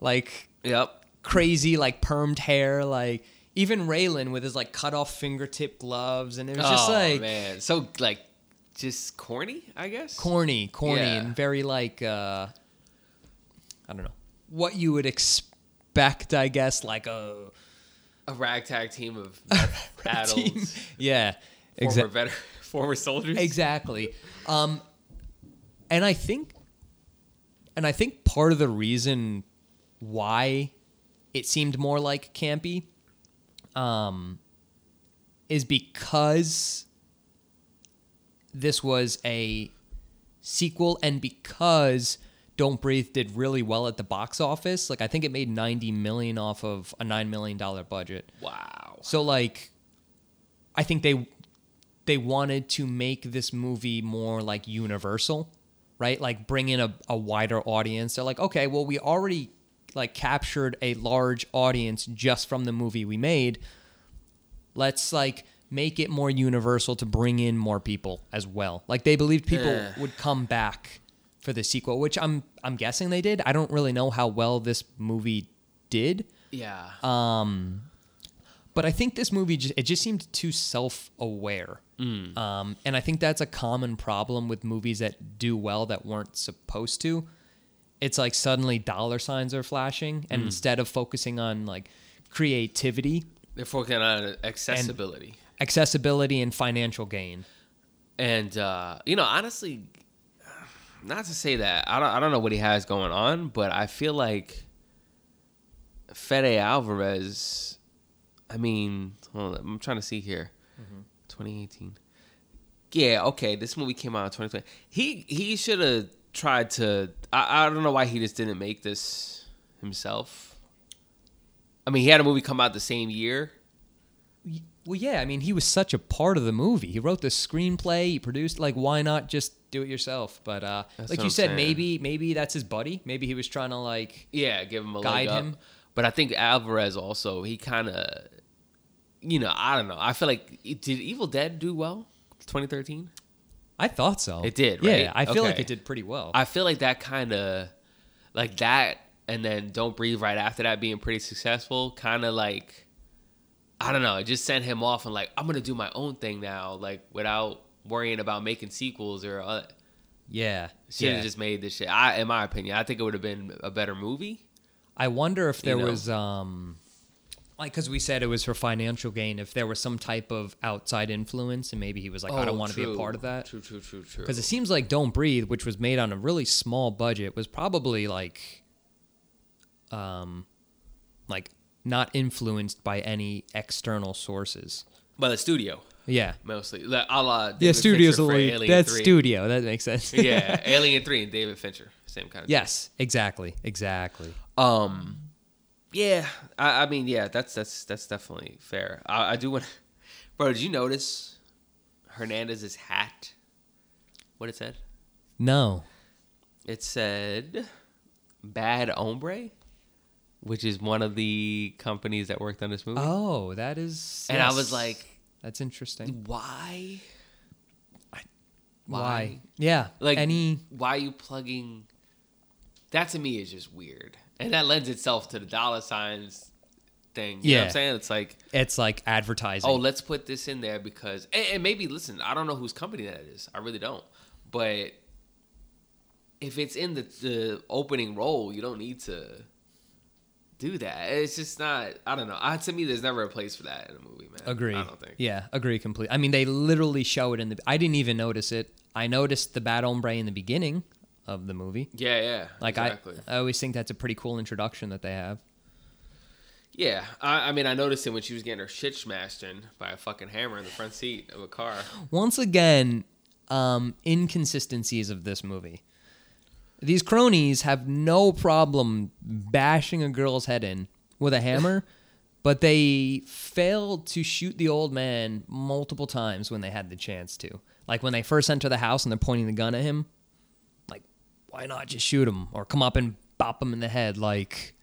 Like Yep. crazy, like permed hair, like even Raylan with his like cut off fingertip gloves, and it was just oh like man, so like just corny, I guess. corny, corny, Yeah. and very like uh I don't know what you would expect, I guess, like a A ragtag team of rat adults, team. yeah, former exactly. veteran, former soldiers. Exactly. Um, and I think, and I think part of the reason why it seemed more like campy, um, is because this was a sequel, and because Don't Breathe did really well at the box office. Like I think it made ninety million off of a nine million dollar budget. Wow. So like I think they they wanted to make this movie more like universal, right? Like bring in a, a wider audience. They're like, okay, well we already like captured a large audience just from the movie we made. Let's like make it more universal to bring in more people as well. Like they believed people Yeah. would come back for the sequel, which I'm I'm guessing they did. I don't really know how well this movie did. Yeah. Um, but I think this movie ju- it just seemed too self-aware, Mm. um, and I think that's a common problem with movies that do well that weren't supposed to. It's like suddenly dollar signs are flashing, Mm. and instead of focusing on like creativity, They're focusing on accessibility. accessibility, and financial gain. And, uh, you know, honestly, not to say that, I don't, I don't know what he has going on, but I feel like Fede Alvarez, I mean, hold on, I'm trying to see here. 2018. Yeah, okay, this movie came out in 2020. He, he should have tried to, I, I don't know why he just didn't make this himself. I mean, he had a movie come out the same year. Y- Well, yeah, I mean, he was such a part of the movie. He wrote the screenplay, he produced. Like, why not just do it yourself? But uh, That's like what you I'm said, saying. maybe maybe that's his buddy. Maybe he was trying to like Yeah, give him a Guide leg up. him. But I think Alvarez also he kind of, you know, I don't know. I feel like did Evil Dead do well? 2013. I thought so. It did, Yeah, right? I feel like Okay. it did pretty well. I feel like that kind of, like that, and then Don't Breathe right after that being pretty successful. Kind of like, I don't know. It just sent him off and like I'm gonna do my own thing now, like without worrying about making sequels or uh, yeah. should have yeah. just made this shit. I, in my opinion, I think it would have been a better movie. I wonder if there know. was um like cuz we said it was for financial gain if there was some type of outside influence and maybe he was like I don't want to be a part of that. Oh, True, true, true, true. Cuz it seems like Don't Breathe which was made on a really small budget was probably like um like not influenced by any external sources. by the studio. Yeah. mostly. Like, a la David Yeah, studio's Fincher a for little Alien that's 3. studio. That makes sense. yeah, Alien Three and David Fincher, same kind of. yes. Exactly. Exactly. Um, yeah, I, I mean, yeah, that's that's that's definitely fair. I, I do want, bro. Did you notice Hernandez's hat? What it said? No. It said "Bad Ombre," which is one of the companies that worked on this movie. Oh, that is. And I yes. was like- that's interesting. Why? Why? Why? Yeah. Like any. Why are you plugging? That to me is just weird, and that lends itself to the dollar signs thing. You know what Yeah. I'm saying it's like It's like advertising. Oh, let's put this in there because and, and maybe listen, I don't know whose company that is. I really don't. But if it's in the, the opening role, you don't need to do that. It's just not. I don't know. I, to me, there's never a place for that in a movie, man. Agree. I don't think. Yeah, agree completely. I mean, they literally show it in the. I didn't even notice it. I noticed the bad ombre in the beginning of the movie. Yeah, yeah. Like exactly. I, I always think that's a pretty cool introduction that they have. Yeah, I, I mean, I noticed it when she was getting her shit smashed in by a fucking hammer in the front seat of a car. Once again, um, inconsistencies of this movie. These cronies have no problem bashing a girl's head in with a hammer, but they failed to shoot the old man multiple times when they had the chance to. Like when they first enter the house and they're pointing the gun at him, like, why not just shoot him or come up and bop him in the head? Like,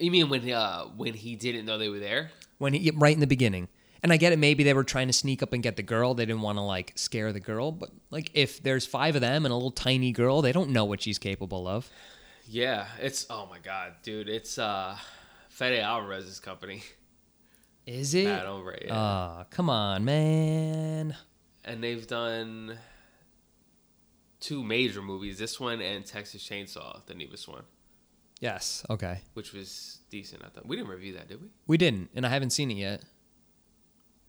You mean when uh when he didn't know they were there? when he, right in the beginning. And I get it. Maybe they were trying to sneak up and get the girl. They didn't want to like scare the girl. But like, if there's five of them and a little tiny girl, they don't know what she's capable of. Yeah, it's oh my god, dude, it's uh Fede Alvarez's company. Is it? Bad Ombre, yeah. Ah, come on, man. and they've done two major movies, this one and Texas Chainsaw, the newest one, Yes. Okay. which was decent. I thought we didn't review that, did we? We didn't, and I haven't seen it yet.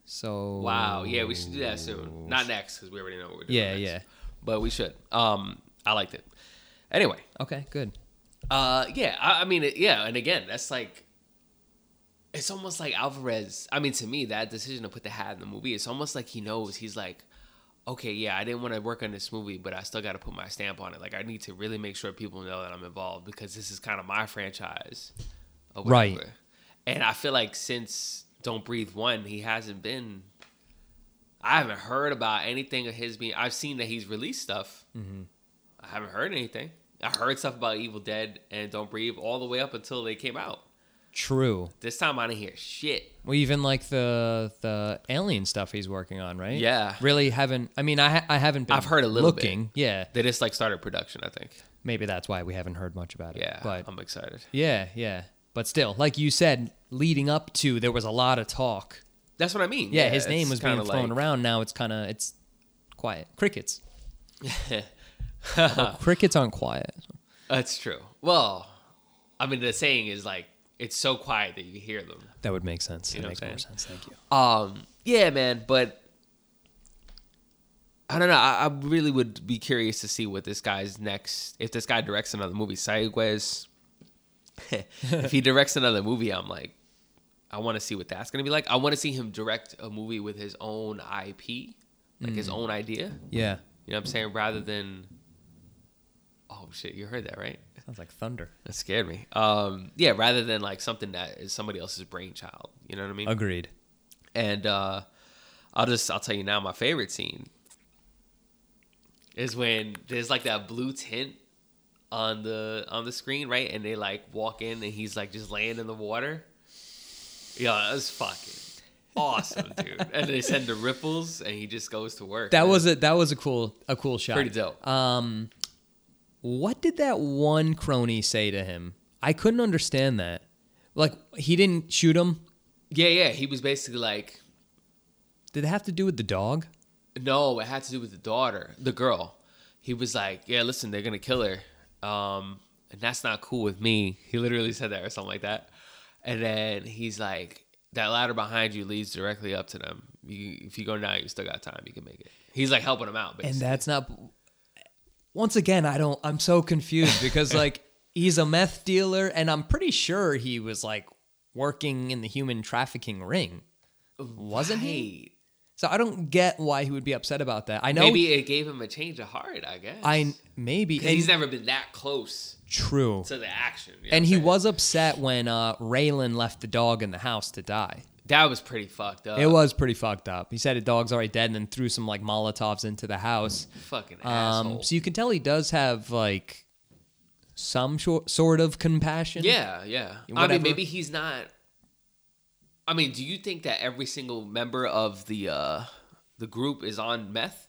So. Wow, yeah, we should do that soon. Not next because we already know what we're doing. Yeah, next. yeah. but we should. Um, I liked it. Anyway, Okay. Good. uh, yeah, I, I mean, it- yeah, and again, that's like. It's almost like Alvarez. I mean, to me, that decision to put the hat in the movie, it's almost like he knows he's like, okay, yeah, I didn't want to work on this movie, but I still got to put my stamp on it. Like, I need to really make sure people know that I'm involved because this is kind of my franchise. or Right. whatever. And I feel like since Don't Breathe One, he hasn't been. I haven't heard about anything of his being. I've seen that he's released stuff. I haven't heard anything. I heard stuff about Evil Dead and Don't Breathe all the way up until they came out. True. This time I didn't hear shit. Well, even like the the alien stuff he's working on, right? Yeah. Really haven't. I mean, I ha- I haven't been. I've heard a little bit. looking. Yeah. They just like started production, I think. Maybe that's why we haven't heard much about it. Yeah, But I'm excited. Yeah, yeah. But still, like you said, leading up to there was a lot of talk. That's what I mean. Yeah, his name it's was being kinda thrown like- around. Now it's kind of it's quiet. Crickets. Well, crickets aren't quiet. That's true. Well, I mean, the saying is like it's so quiet that you hear them. That would make sense. That know makes what I'm more saying? sense. Thank you. Um, yeah, man, but I don't know. I, I really would be curious to see what this guy's next. If this guy directs another movie, Saiguez. if he directs another movie, I'm like, I want to see what that's gonna be like. I want to see him direct a movie with his own IP, like his own idea. Yeah. You know what I'm saying? Rather than, oh shit, you heard that right? Sounds like thunder. That scared me. Um, yeah, rather than like something that is somebody else's brainchild. You know what I mean? Agreed. And uh, I'll just I'll tell you now my favorite scene is when there's like that blue tint on the on the screen, right? And they like walk in and he's like just laying in the water. Yeah, that's fucking awesome, dude. And they send the ripples and he just goes to work. That man. was a that was a cool a cool shot. pretty dope. Um, what did that one crony say to him? I couldn't understand that. Like he didn't shoot him. yeah, yeah. He was basically like Did it have to do with the dog? No, it had to do with the daughter, the girl. He was like, "Yeah, listen, they're gonna kill her, um, and that's not cool with me." He literally said that or something like that. And then he's like, "That ladder behind you leads directly up to them. You, if you go now, you still got time. You can make it." He's like helping him out, and basically. that's not once again i don't i'm so confused because like he's a meth dealer and i'm pretty sure he was like working in the human trafficking ring wasn't he Right. So I don't get why he would be upset about that. I know Maybe it gave him a change of heart. I guess. I maybe 'Cause he's never been that close true. to the action. you know and what he I'm saying? was upset when uh, Raylan left the dog in the house to die. That was pretty fucked up. It was pretty fucked up. He said the dog's already dead, and then threw some like Molotovs into the house. fucking Um, asshole. so you can tell he does have like some shor- sort of compassion. yeah, yeah. I Whatever. mean, maybe he's not. I mean, do you think that every single member of the uh the group is on meth?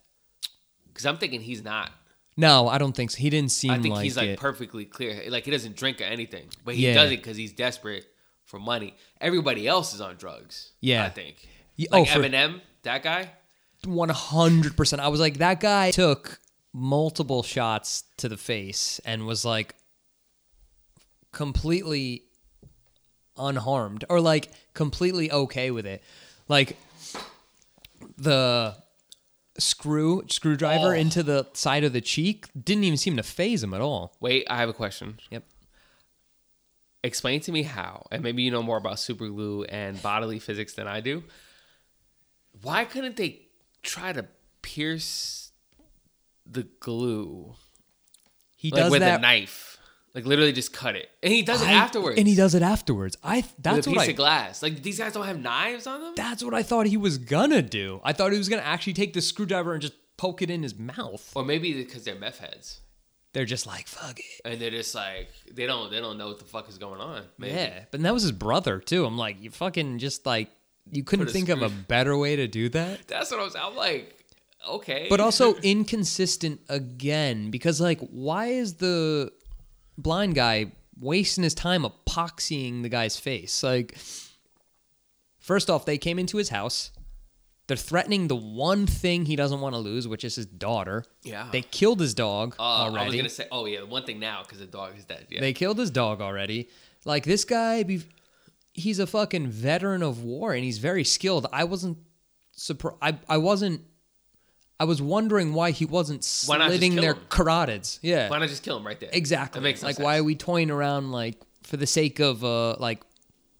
Because I'm thinking he's not. No, I don't think so. He didn't seem I think like he's like it. perfectly clear. Like he doesn't drink or anything, but he Yeah. does it because he's desperate for money. Everybody else is on drugs. Yeah. I think. Y- oh, Like for- Eminem, that guy. One hundred percent. I was like, that guy took multiple shots to the face and was like completely unharmed or like completely okay with it. Like the screw screwdriver Oh. into the side of the cheek didn't even seem to phase him at all. Wait, I have a question. Yep. Explain to me how, and maybe you know more about super glue and bodily physics than I do. Why couldn't they try to pierce the glue He like does with that a knife? Like literally just cut it. And he does it I- afterwards. and he does it afterwards. I with that's a what piece I of glass. Like these guys don't have knives on them? that's what I thought he was gonna do. I thought he was gonna actually take the screwdriver and just poke it in his mouth. Or maybe because they're meth heads. They're just like fuck it. And they're just like they don't they don't know what the fuck is going on. Maybe. Yeah, but that was his brother too. I'm like, you fucking just like you couldn't a think of a screw- better way to do that. That's what I'm saying. I'm like, okay. But also inconsistent again because like why is the blind guy wasting his time epoxying the guy's face? Like first off, they came into his house. They're threatening the one thing he doesn't want to lose, which is his daughter. Yeah. They killed his dog Uh, I was already. gonna say, oh yeah, one thing now because the dog is dead. Yeah, They killed his dog already. Like this guy, be- he's a fucking veteran of war and he's very skilled. I wasn't surprised. I, I wasn't. I was wondering why he wasn't Why not just slitting kill their him? carotids. Yeah, why not just kill him right there? exactly. That makes no like sense. why are we toying around like for the sake of uh like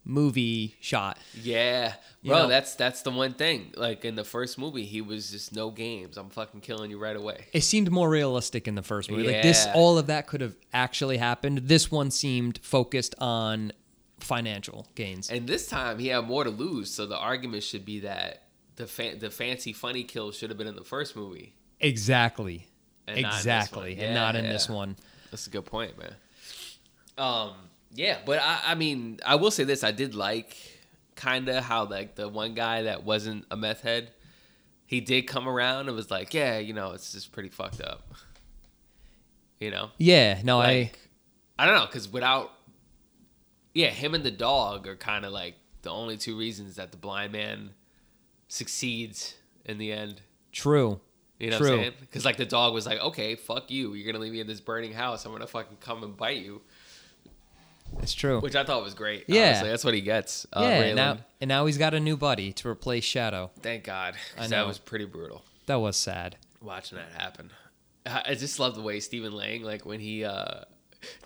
movie shot? Yeah, bro, know? that's that's the one thing. Like in the first movie, he was just no games. I'm fucking killing you right away. It seemed more realistic in the first movie. Like this, Yeah. all of that could have actually happened. This one seemed focused on financial gains. And this time, he had more to lose. So the argument should be that the fa- the fancy funny kill should have been in the first movie. Exactly. And not in this one. exactly. and not in this Yeah. one. That's a good point, man. Um, yeah, but I, I mean, I will say this: I did like kind of how like the one guy that wasn't a meth head, he did come around and was like, "Yeah, you know, it's just pretty fucked up," you know. Yeah. No, Like, I don't know, because without, yeah, him and the dog are kind of like the only two reasons that the blind man succeeds in the end. I. True. You know what True. I'm saying? Because like the dog was like, okay, fuck you. You're gonna leave me in this burning house. I'm gonna fucking come and bite you, It's true. which I thought was great. Yeah. honestly. that's what he gets. Uh, yeah. Raylan. and now, and now he's got a new buddy to replace Shadow. thank God. 'cause I know. that was pretty brutal That was sad. watching that happen. I I just love the way Stephen Lang, like when he, uh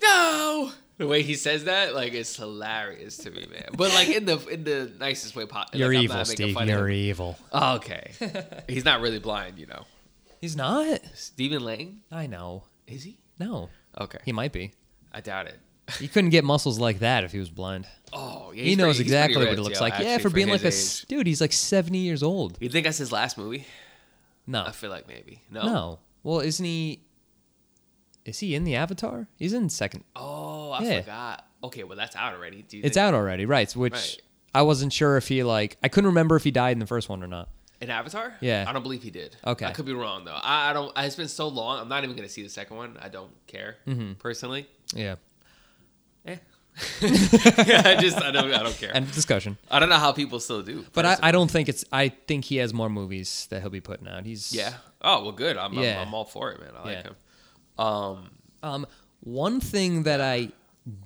no, the way he says that, like it's hilarious to me, man. But like in the in the nicest way possible. You're like, evil, Steve. You're evil. Oh, okay, he's not really blind, you know. He's not. Stephen Lang, I know. is he? No. Okay, He might be. I doubt it. He couldn't get muscles like that if he was blind. Oh, yeah, He he's knows pretty- he's pretty exactly what ripped, it looks yo, like. yeah, actually, for being his like a s- age. dude, he's like 70 years old. You think that's his last movie? No. I feel like maybe no. No. Well, isn't he. Is he in the Avatar? He's in second. Oh, I Yeah. forgot. Okay, well that's out already. Do you It's think out already, right? Which Right. I wasn't sure if he like. I couldn't remember if he died in the first one or not. an Avatar? Yeah. I don't believe he did. Okay. I could be wrong though. I, I don't. It's been so long. I'm not even gonna see the second one. I don't care Mm-hmm. personally. Yeah. Eh. I just I don't I don't care. End of discussion. I don't know how people still do. But I, personally. I don't think it's. I think he has more movies that he'll be putting out. He's yeah. Oh well, good. I'm Yeah. I'm, I'm all for it, man. I Yeah. like him. Um. Um, one thing that I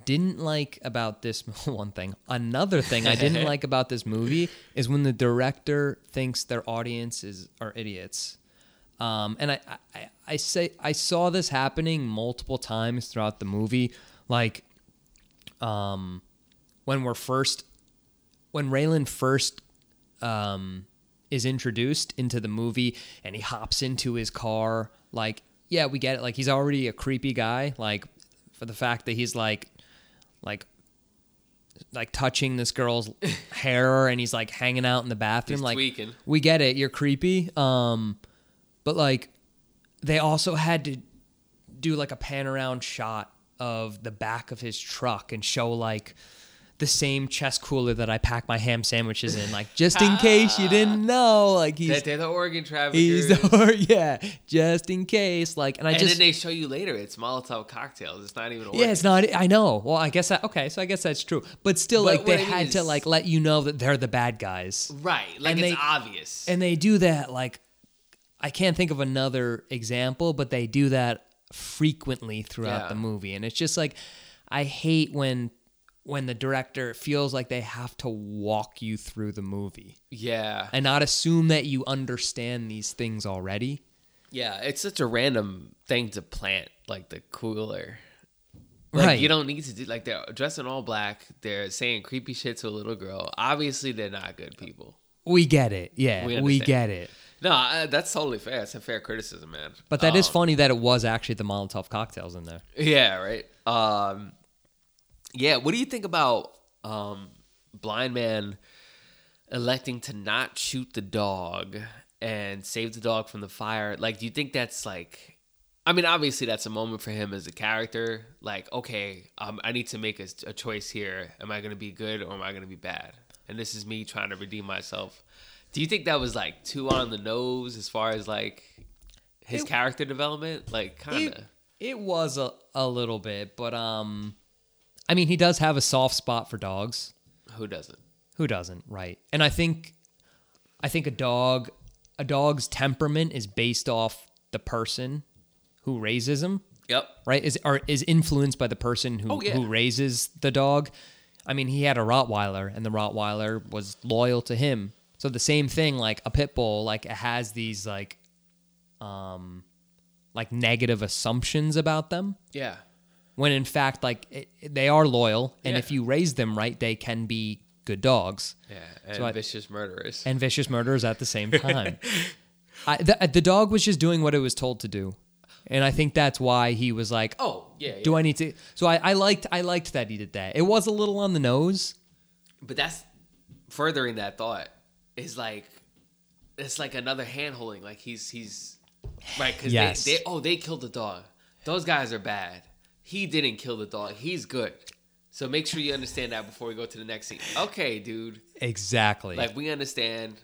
didn't like about this one thing, another thing I didn't like about this movie is when the director thinks their audience is are idiots. Um, and I, I- I, I say I saw this happening multiple times throughout the movie, like, um, when we're first, when Raylan first, um, is introduced into the movie and he hops into his car like yeah we get it like he's already a creepy guy like for the fact that he's like like like touching this girl's hair and he's like hanging out in the bathroom He's like tweaking. we get it you're creepy um but like they also had to do like a pan around shot of the back of his truck and show like the same chest cooler that I pack my ham sandwiches in, like just in case you didn't know, like he's Ah. that they're the organ traffickers. he's the, yeah, just in case, like, and I and just then they show you later it's Molotov cocktails. It's not even organ. yeah, it's not. I know. Well, I guess that okay. So I guess that's true. But still, But like they what I mean had to is- like let you know that they're the bad guys, right. Like And it's they- obvious. and they do that. Like I can't think of another example, but they do that frequently throughout Yeah. the movie, and it's just like I hate when when the director feels like they have to walk you through the movie yeah. and not assume that you understand these things already. Yeah, it's such a random thing to plant, like the cooler. Like Right. you don't need to do like they're dressed in all black, they're saying creepy shit to a little girl. Obviously they're not good people. We get it. Yeah, We we, understand. get it. No, I, that's totally fair. That's a fair criticism, man. But that is Um, funny that it was actually the Molotov cocktails in there. Yeah, right. Um Yeah, what do you think about um blind man electing to not shoot the dog and save the dog from the fire? Like do you think that's like I mean, obviously that's a moment for him as a character. Like, okay, um, I need to make a, a choice here. Am I going to be good or am I going to be bad? And this is me trying to redeem myself. Do you think that was like too on the nose as far as like his It- character development? Like, kind It, of. it was a, a little bit, but um, I mean, he does have a soft spot for dogs. Who doesn't? Who doesn't, right? And I think, I think a dog, a dog's temperament is based off the person who raises him, Yep. right? Is or is influenced by the person who Oh, yeah. who raises the dog. I mean, he had a Rottweiler, and the Rottweiler was loyal to him. So the same thing, like a pit bull, like it has these like, um, like negative assumptions about them Yeah. when in fact like it, it- they are loyal and Yeah. if you raise them right they can be good dogs Yeah. And I- vicious murderers. and vicious murderers at the same time I, the, the dog was just doing what it was told to do and i think that's why he was like oh oh, yeah. yeah. do i need to so I, I liked i liked that he did that it was a little on the nose but that's furthering that thought is like it's like another hand holding. Like he's he's right because Yes. they, they oh they killed the dog. Those guys are bad. He didn't kill the dog. He's good. So make sure you understand that before we go to the next scene. Okay, dude. exactly Like we understand.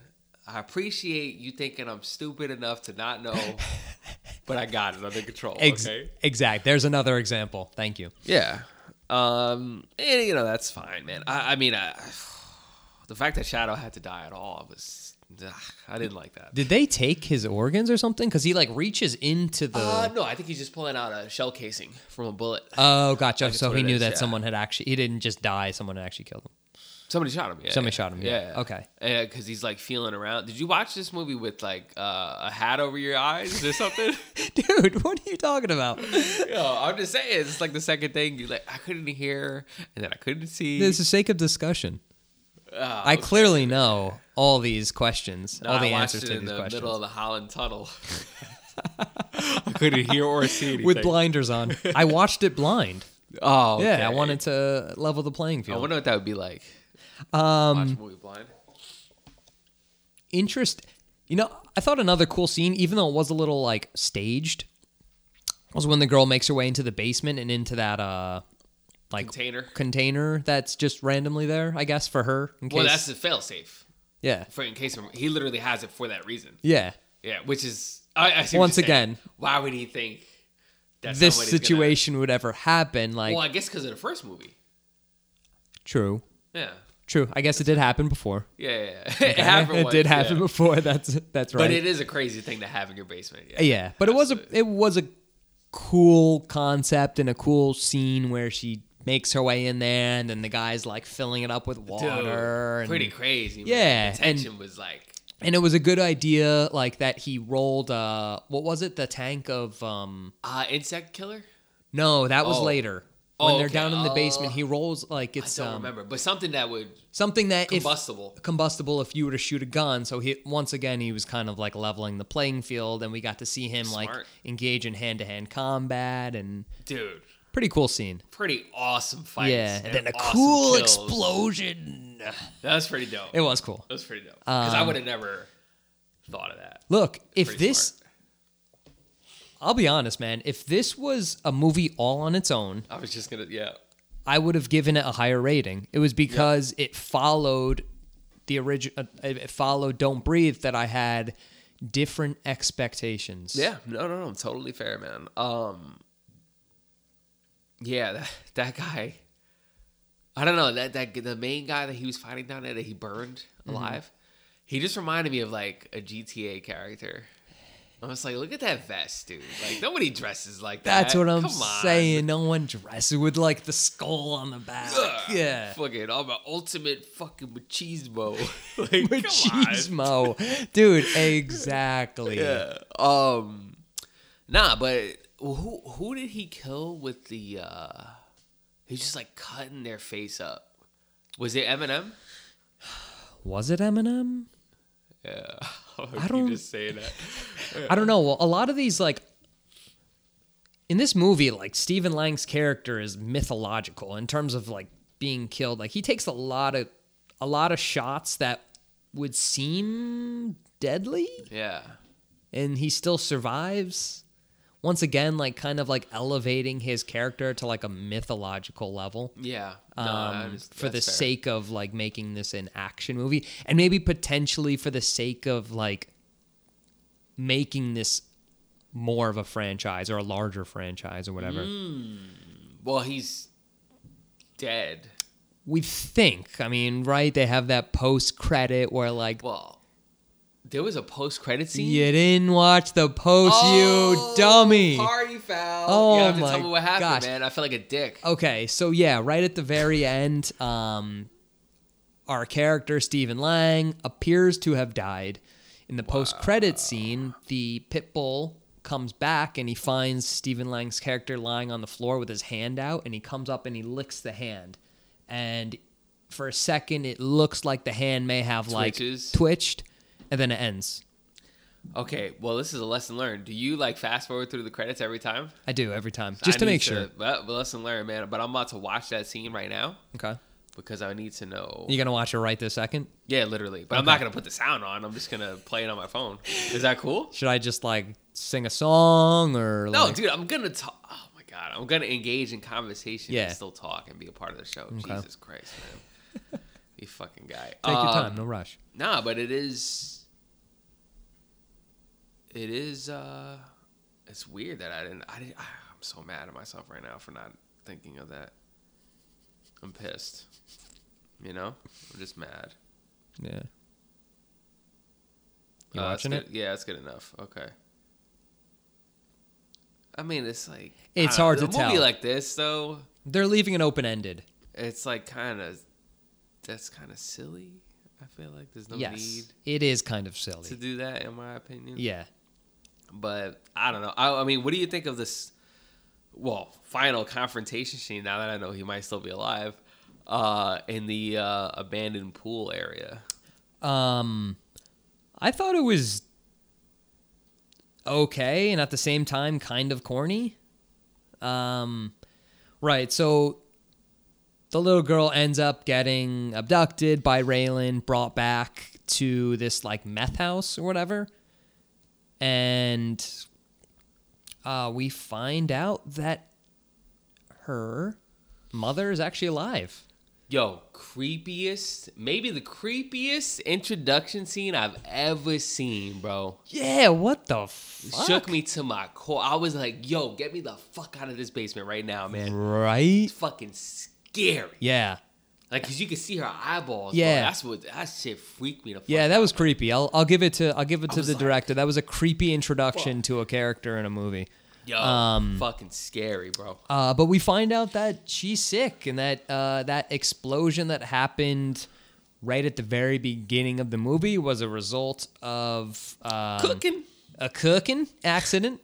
I appreciate you thinking I'm stupid enough to not know, but I got it under control. Ex- okay. exact there's another example thank you Yeah. Um, and you know that's fine, man. I, I mean, I, the fact that Shadow had to die at all was ugh, I didn't like that. did they take his organs or something because he like reaches into the Uh, no, I think he's just pulling out a shell casing from a bullet. oh gotcha it's so what he it knew is, that yeah. someone had actually he didn't just die someone had actually killed him Somebody shot him. Yeah, Somebody yeah. shot him, yeah. Okay. Yeah, because he's like feeling around. Did you watch this movie with like uh, a hat over your eyes or something? Dude, what are you talking about? Yo, I'm just saying, it's like the second thing. You like, I couldn't hear, and then I couldn't see. This is sake of discussion. Oh, I clearly know all these questions, No, all the I watched answers it to in these the questions. middle of the Holland Tunnel. I couldn't hear or see anything. With blinders on. I watched it blind. Oh, okay. Yeah, I wanted to level the playing I field. wonder what that would be like. um, Watch a movie blind. interest. You know, I thought another cool scene, even though it was a little like staged, was when the girl makes her way into the basement and into that uh, like Container. container that's just randomly there. I guess for her. In case, Well, that's the failsafe yeah, for in case of- he literally has it for that reason. yeah. Yeah, which is I, I see what Once you're saying. again, why would he think that this somebody's situation would ever happen. Like, Gonna, well, I guess because of the first movie. true, Yeah, true. I guess it did happen before. yeah, yeah. yeah. it happened. it once, did happen yeah. before. That's that's right. but it is a crazy thing to have in your basement. Yeah, yeah, but it was a it was a cool concept and a cool scene where she makes her way in there, and then the guy's like filling it up with Dude, water. and, pretty crazy. man. Yeah, the and- tension was like and it was a good idea, like that he rolled. Uh, what was it? The tank of um. uh, insect killer. No, that was Oh. later. when Oh, they're okay. down in the basement, Oh. he rolls like I it's don't um, remember, but something that would something that if- combustible. combustible if you were to shoot a gun. So he once again he was kind of like leveling the playing field, and we got to see him like Smart. engage in hand to hand combat and Dude, pretty cool scene. pretty awesome fights. yeah, and then a awesome cool kills. explosion. That was pretty dope. It was cool. That was pretty dope. Because Um, I would have never thought of that. Look, if Pretty this, smart. I'll be honest, man, if this was a movie all on its own, I was just gonna, yeah. I would have given it a higher rating. It was because it followed the original. It followed "Don't Breathe" that I had different expectations. Yeah, no, no, no, totally fair, man. Um, yeah, that, that guy. I don't know that that the main guy that he was fighting down there that he burned Mm-hmm. alive. He just reminded me of like a GTA character. I was like, look at that vest, dude. Like nobody dresses like that. that's what I'm Come on. saying. No one dresses with like the skull on the back. Ugh, Yeah, Fucking, I'm an ultimate fucking machismo. like, machismo. machismo, dude. Exactly. Yeah. Um. Nah, but who who did he kill with the? uh He's just like cutting their face up. Was it Eminem? Was it Eminem? Yeah. I don't- You just saying that. I don't know. Well, a lot of these like in this movie, like Stephen Lang's character is mythological in terms of like being killed. Like he takes a lot of a lot of shots that would seem deadly, Yeah. and he still survives. Once again, like kind of like elevating his character to like a mythological level Yeah. No, I um, just- for the Uh, that's fair. sake of like making this an action movie and maybe potentially for the sake of like making this more of a franchise or a larger franchise or whatever. Mm. Well, he's dead. We think, I mean, right? They have that post credit where like Well, there was a post credit scene. you didn't watch the post, Oh, you dummy. Party foul. Oh you have to my tell me what happened, gosh. man. I feel like a dick. Okay, so yeah, right at the very end, um, our character Stephen Lang appears to have died. In the post-credit scene, the pit bull comes back and he finds Stephen Lang's character lying on the floor with his hand out, and he comes up and he licks the hand, and for a second it looks like the hand may have Twitches. like twitched, and then it ends. Okay, well, this is a lesson learned. Do you like fast forward through the credits every time? I do every time just I to need make sure. Well, lesson learned, man. But I'm about to watch that scene right now Okay, because I need to know. you gonna watch it right this second? yeah, literally. But I'm not gonna put the sound on. I'm just gonna play it on my phone. Is that cool? Should I just like sing a song or No, like, dude. I'm gonna talk. Oh my god, I'm gonna engage in conversation Yeah. and still talk and be a part of the show. Jesus Christ, man. you fucking guy. Take your Um, time, no rush. Nah, but it is. It is. uh It's weird that I didn't. I didn't. ah, I'm so mad at myself right now for not thinking of that. I'm pissed. You know, I'm just mad. Yeah. You Uh, that's watching it? good- Yeah, that's good enough. Okay. I mean, it's like I It's don't- hard to a movie tell. like this, though, They're leaving it open ended. it's like kind of that's kind of silly. I feel like there's no need yes. It is kind of to silly. do that, in my opinion. Yeah. But I don't know. I, I mean, what do you think of this? Well, final confrontation scene. Now that I know he might still be alive, uh, in the uh, abandoned pool area. Um I thought it was okay and at the same time kind of corny. Um right, so the little girl ends up getting abducted by Raylan, brought back to this like meth house or whatever. And uh, we find out that her mother is actually alive. Yo, creepiest, maybe the creepiest introduction scene I've ever seen, bro. Yeah, what the fuck? Shook me to my core. I was like, yo, get me the fuck out of this basement right now, man. Right? It's fucking scary. Yeah. Like, cause you can see her eyeballs. bro. Yeah. that's what that shit freaked me to. Fuck Yeah, that was creepy. I'll I'll give it to I'll give it to was the like, director. That was a creepy introduction to a character in a movie. Yo, um, fucking scary, bro. Uh, but we find out that she's sick and that uh, that explosion that happened right at the very beginning of the movie was a result of um, Cooking. a cooking accident.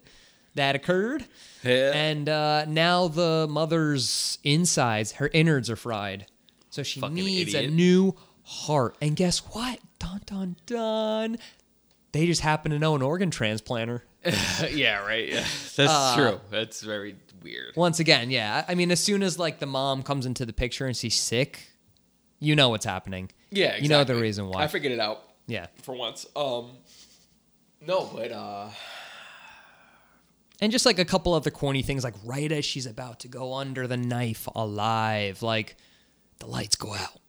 that occurred. Yeah. And uh, now the mother's insides, her innards are fried. So she Fucking needs idiot. a new heart. And guess what? Dun dun dun. They just happen to know an organ transplanter. yeah, right. Yeah. Uh, That's true. That's very weird. Once again, yeah. I I mean, as soon as like the mom comes into the picture and she's sick, you know what's happening. Yeah, exactly. You know the reason why. I figured it out yeah. for once. Um, no, but uh, And just like a couple other corny things, like right as she's about to go under the knife alive, like the lights go out.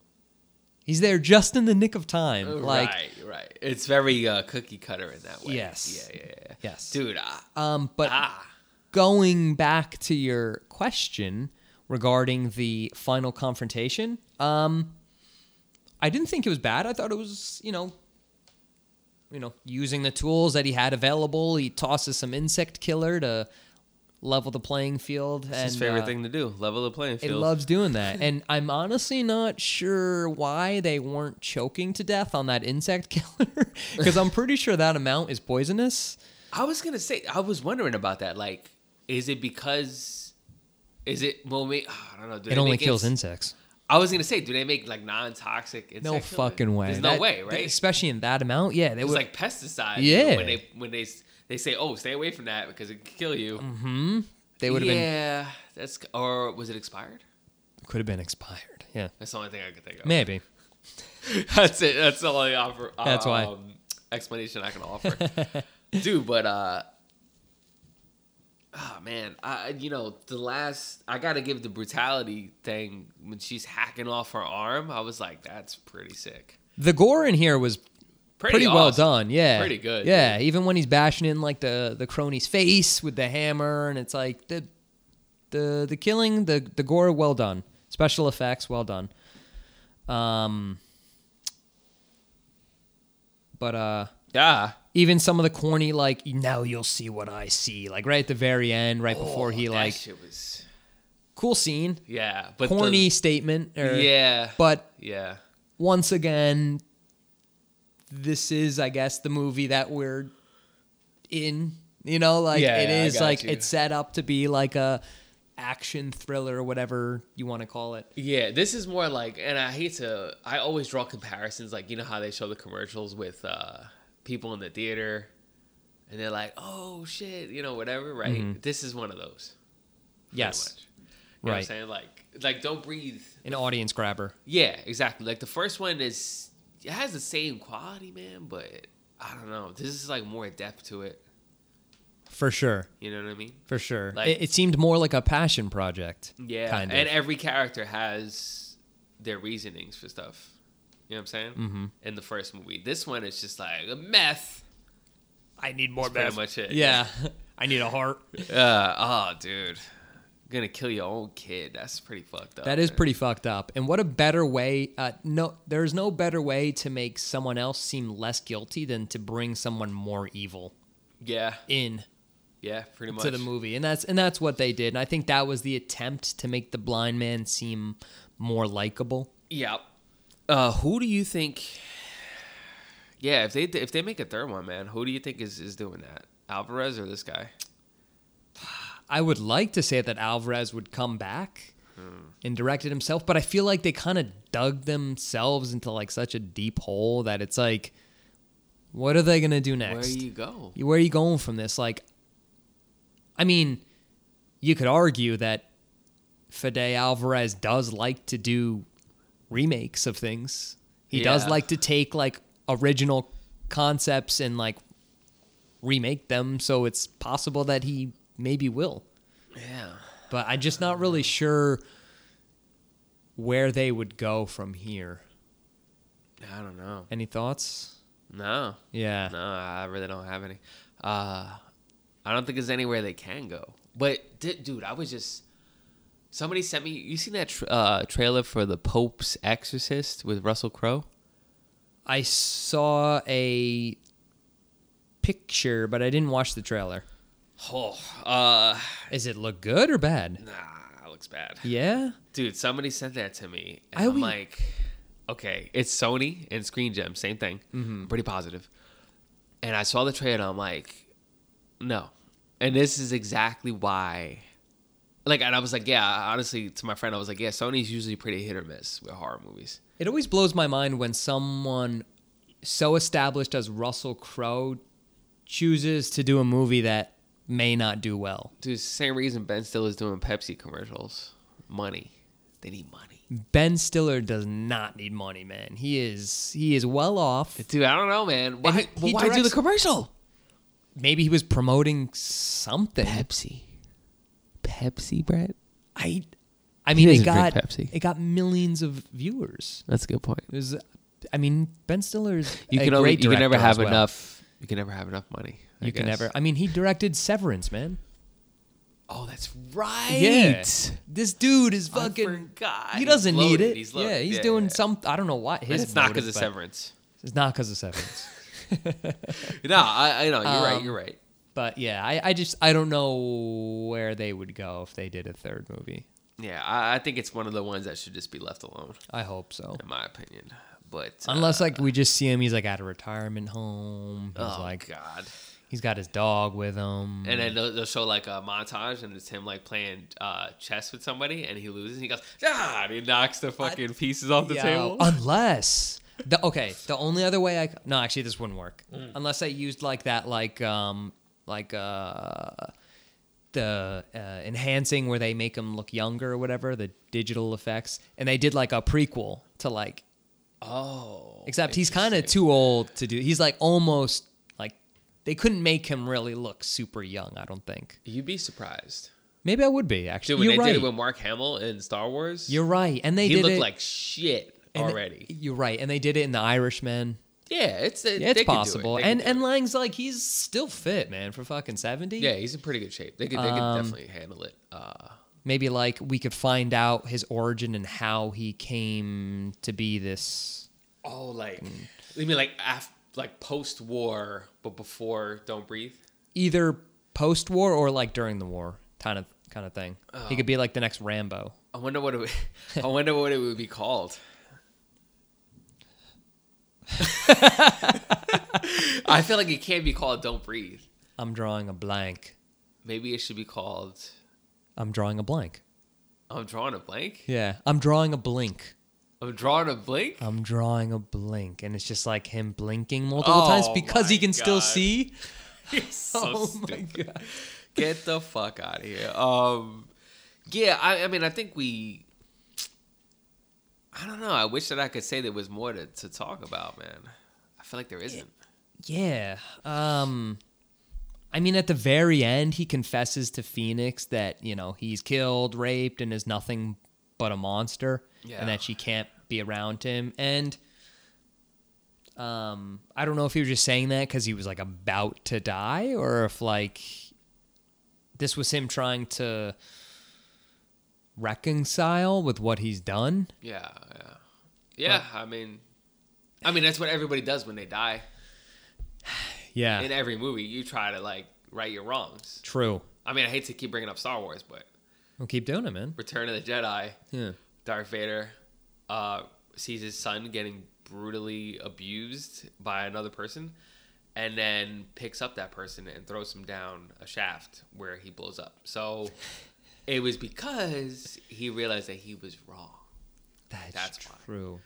He's there just in the nick of time. Like, right, right. It's very uh, cookie cutter in that way. Yes. Yeah, yeah, yeah. yes. Dude, ah, Um, but ah. going back to your question regarding the final confrontation, um, I didn't think it was bad. I thought it was, you know, you know, using the tools that he had available. He tosses some insect killer to level the playing field. It's and, his favorite uh, thing to do. Level the playing It field. loves doing that. And I'm honestly not sure why they weren't choking to death on that insect killer because I'm pretty sure that amount is poisonous. I was gonna say, I was wondering about that. Like, is it because? Is it well? Maybe, I don't know. Do It they only make kills ins- insects. I was gonna say, do they make like non-toxic? No insect killer? fucking way. There's That- no way, th- right? especially in that amount. Yeah, they It were was like pesticides. you know, Yeah. When they when they s- they say, "Oh, stay away from that because it can kill you." they would have Mm-hmm. been Yeah, that's or was it expired? could have been expired. Yeah, That's the only thing I could think of. maybe. That's it. That's the only offer. um, That's why. explanation I can offer, dude. But uh, oh man, I you know the last I gotta give the brutality thing when she's hacking off her arm. I was like, that's pretty sick. The gore in here was Pretty, pretty, well awesome. done. Yeah, Pretty good, Yeah, even when he's bashing in like the the crony's face with the hammer, and it's like the the the killing, the the gore, well done. Special effects, well done. Um, but uh. Yeah. Even some of the corny, like now you'll see what I see, like right at the very end, right before he that like shit was cool scene, yeah, but the- corny statement. Or, yeah, But yeah. once again, this is, I guess, the movie that we're in. You know, like Yeah, it yeah, I is got like you. it's set up to be like a action thriller, whatever you want to call it. Yeah, this is more like, and I hate to, I always draw comparisons. Like, you know how they show the commercials with uh, people in the theater and they're like, oh shit, you know, whatever, right? This is one of those. pretty Mm-hmm. Yes, much. You know what I'm Right. saying? Like, like, don't breathe. an audience grabber. Yeah, exactly. Like, the first one is, it has the same quality, man, but I don't know. This is like more depth to it. For sure, You know what I mean? for sure. Like- it, it seemed more like a passion project. Yeah. kind of. And every character has their reasonings for stuff. You know what I'm saying? Mm-hmm. In the first movie. This one is just like a meth. I need more. That's pretty much it. Yeah, I need a heart. Uh, oh, dude. Gonna kill your own kid. That's pretty fucked up. That is man. pretty fucked up. And what a better way? Uh, no, there is no better way to make someone else seem less guilty than to bring someone more evil Yeah. in Yeah, pretty much. to the movie, and that's and that's what they did. And I think that was the attempt to make the blind man seem more likable. Yep. Uh, who do you think? Yeah, if they if they make a third one, man, who do you think is, is doing that? Alvarez or this guy? I would like to say that Alvarez would come back Hmm. and direct it himself, but I feel like they kind of dug themselves into like such a deep hole that it's like, what are they gonna do next? Where you go? where are you going from this? Like, I mean, you could argue that Fede Alvarez does like to do remakes of things. He does Yeah. like to take like original concepts and like remake them. So it's possible that he maybe will. Yeah. But I'm just not really sure where they would go from here. I don't know. Any thoughts? No. Yeah. No, I really don't have any. Uh, I don't think there's anywhere they can go. But di- dude, I was just somebody sent me. You seen that tr uh, trailer for the Pope's Exorcist with Russell Crowe? I saw a picture, but I didn't watch the trailer. Oh, uh, Is it look good or bad? nah, that looks bad. Yeah. Dude, somebody sent that to me. And I I'm would- like, okay, it's Sony and Screen Gem, same Mm-hmm. thing. I'm pretty positive. And I saw the trailer and I'm like, no. And this is exactly why. Like, and I was like, yeah, honestly, to my friend, I was like, yeah, Sony's usually pretty hit or miss with horror movies. It always blows my mind when someone so established as Russell Crowe chooses to do a movie that may not do well. Dude, it's the same reason Ben Stiller's doing Pepsi commercials. Money. They need money. Ben Stiller does not need money, man. He is he is well off. Dude, I don't know, man. Why, he- but he why do directs- the commercial? Maybe he was promoting something. Pepsi. Pepsi, Brett? I I mean it doesn't drink got Pepsi. it got millions of viewers. That's a good point. It was I mean Ben Stiller is You a can, great only, you can never director have as well. enough. You can never have enough money. I You can guess. never. I mean, he directed Severance, man. Oh, that's right. This dude is I fucking. forgot. He doesn't He's need loaded. it. He's loaded. yeah, he's Yeah, doing yeah. some. I don't know why. His It's not because motive, of but- Severance. It's not because of Severance. No, I, I know. You're right. Um, You're right. but yeah, I, I just I don't know where they would go if they did a third movie. Yeah, I, I think it's one of the ones that should just be left alone, I hope so. in my opinion. But uh, Unless like we just see him, he's like at a retirement home. He's oh like Mm. god, he's got his dog with him. and then they'll, they'll show like a montage, and it's him like playing uh, chess with somebody, and he loses, and he goes ah, and he knocks the fucking pieces off the Yo, Oh. table. Unless the okay, the only other way I c- no actually this wouldn't work Mm. unless I used like that like um like uh the uh, enhancing where they make him look younger or whatever the digital effects and they did like a prequel to like oh, except he's kind of interesting. too old to do he's like almost like they couldn't make him really look super young I don't think You'd be surprised, maybe I would be dude. actually When you're they right did it with Mark Hamill in Star Wars, you're right and they he did looked it like shit and they- already. you're right and they did it in the Irishman yeah, it's it, Yeah, they it's could do it. possible. They could And do it. and Lang's like he's still fit, man, for fucking seventy. yeah, he's in pretty good shape. They could they could Um, definitely handle it. Uh, Maybe like we could find out his origin and how he came to be this. Oh, like you mean like af- like post war, but before Don't Breathe. Either post war or like during the war kind of kind of thing. He could be like the next Rambo. I wonder what it would, I wonder what it would be called. I feel like it can't be called Don't Breathe. I'm drawing a blank. Maybe it should be called I'm drawing a blank. I'm drawing a blank. Yeah. I'm drawing a blink. I'm drawing a blank. I'm drawing a blink. And it's just like him blinking multiple times Oh because he my can still God. see. You're so oh my stupid. God. Get the fuck out of here. Um, yeah, I, I mean, I think we. I don't know. I wish that I could say there was more to, to talk about, man. I feel like there isn't. Yeah. Um I mean at the very end he confesses to Phoenix that, you know, he's killed, raped and is nothing but a monster Yeah. and that she can't be around him and um I don't know if he was just saying that cuz he was like about to die or if like this was him trying to reconcile with what he's done. Yeah, yeah, yeah. I mean, I mean that's what everybody does when they die. Yeah. In every movie, you try to like right your wrongs. True. I mean, I hate to keep bringing up Star Wars, but We'll keep doing it, man. Return of the Jedi, Yeah. Darth Vader uh, sees his son getting brutally abused by another person, and then picks up that person and throws him down a shaft where he blows up. So it was because he realized that he was wrong, That's, That's why. true.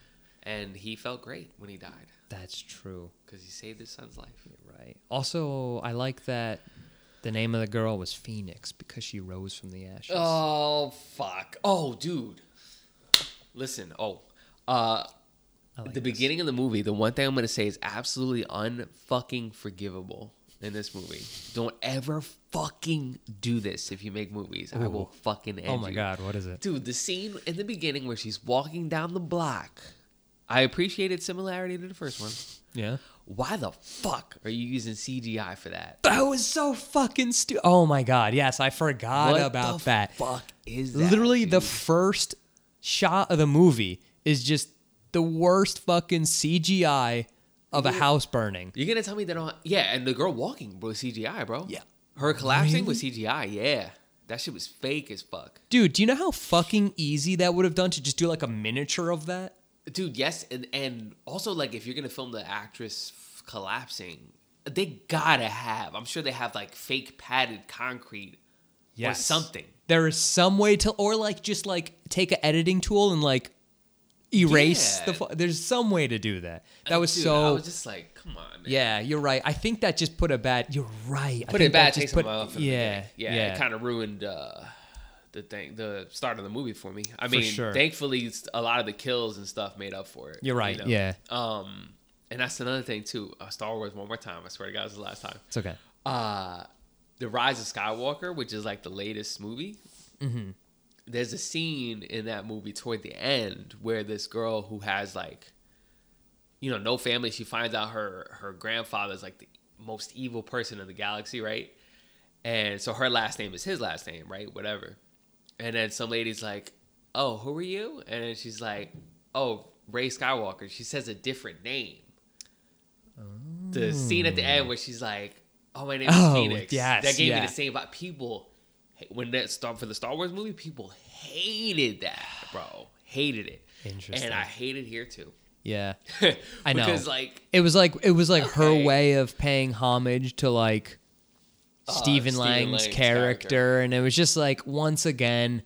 and he felt great when he died That's true. because he saved his son's life. Right. Also, I like that the name of the girl was Phoenix because she rose from the ashes. Oh fuck! Oh dude, listen. Oh, uh, I like the this. beginning of the movie. The one thing I'm gonna say is absolutely unfucking forgivable in this movie. Don't ever fucking do this if you make movies. I will fucking end Oh my you. god, what is it? dude! The scene in the beginning where she's walking down the block. I appreciated similarity to the first one. Yeah. Why the fuck are you using CGI for that? That was so fucking stupid. Oh my god, yes, I forgot What about the that. Fuck is that? Literally, the dude? first shot of the movie is just the worst fucking CGI of a house burning. You're gonna tell me they don't? Yeah, and the girl walking was CGI, bro. Yeah. her collapsing was CGI. Yeah, that shit was fake as fuck, Dude, do you know how fucking easy that would have done to just do like a miniature of that? dude. Yes, and and also like if you're gonna film the actress f- collapsing, they gotta have. I'm sure they have like fake padded concrete or something. There is some way to, or like just like take an editing tool and like erase Yeah. Uh, the. Fu- there's some way to do that. That was Dude, so. I was just like, come on, man. yeah, you're right. I think that just put a bad. You're right. I put think it bad that taste just in my mouth. in the Yeah, beginning. yeah, It kind of ruined uh, the thing, the start of the movie for me. I mean, sure. thankfully, it's- a lot of the kills and stuff made up for it. You're right, yeah. Um, and that's another thing too. Uh, Star Wars, one more time. I swear to God, this is the last time. it's okay. Uh, the Rise of Skywalker, which is like the latest movie. There's a scene in that movie toward the end where this girl who has like, you know, no family, she finds out her her grandfather's like the most evil person in the galaxy, right? And so her last name is his last name, right? Whatever. And then some lady's like, "Oh, who are you?" And then she's like, "Oh, Ray Skywalker." She says a different name the scene at the end where she's like, "Oh, my name is Oh, Phoenix." yes, that gave yeah. me the same vibe. People when that start for the Star Wars movie, people hated that, bro, hated it. Interesting. And I hate it here too. Yeah, I know. because like it was like it was like her Okay. way of paying homage to like Stephen Lang's Stephen Uh, Lang's character, character. and it was just like once again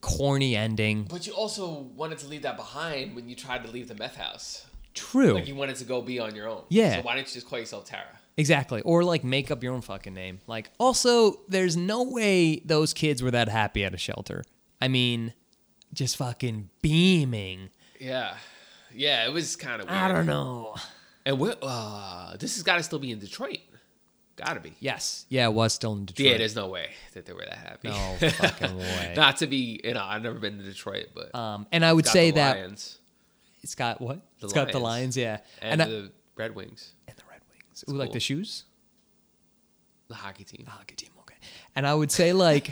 corny ending. but you also wanted to leave that behind when you tried to leave the meth house. True. Like you wanted to go be on your own. Oh. Yeah. So why don't you just call yourself Tara? Exactly. Or like make up your own fucking name. Like also there's no way those kids were that happy at a shelter. I mean, just fucking beaming. Yeah. Yeah, it was kind of weird. I don't know. And we uh, this has got to still be in Detroit. Got to be. Yes. Yeah, it was still in Detroit. Yeah, there's no way that they were that happy. No fucking way. Not to be, you know, I've never been to Detroit, but Um and I would it's got say the that Lions it's got what? The it's got the Lions, Lions. yeah. And, and, I- the Red Wings, and the Red Wings. Ooh, like cool. the shoes? the hockey team. The hockey ah, team, okay. And I would say like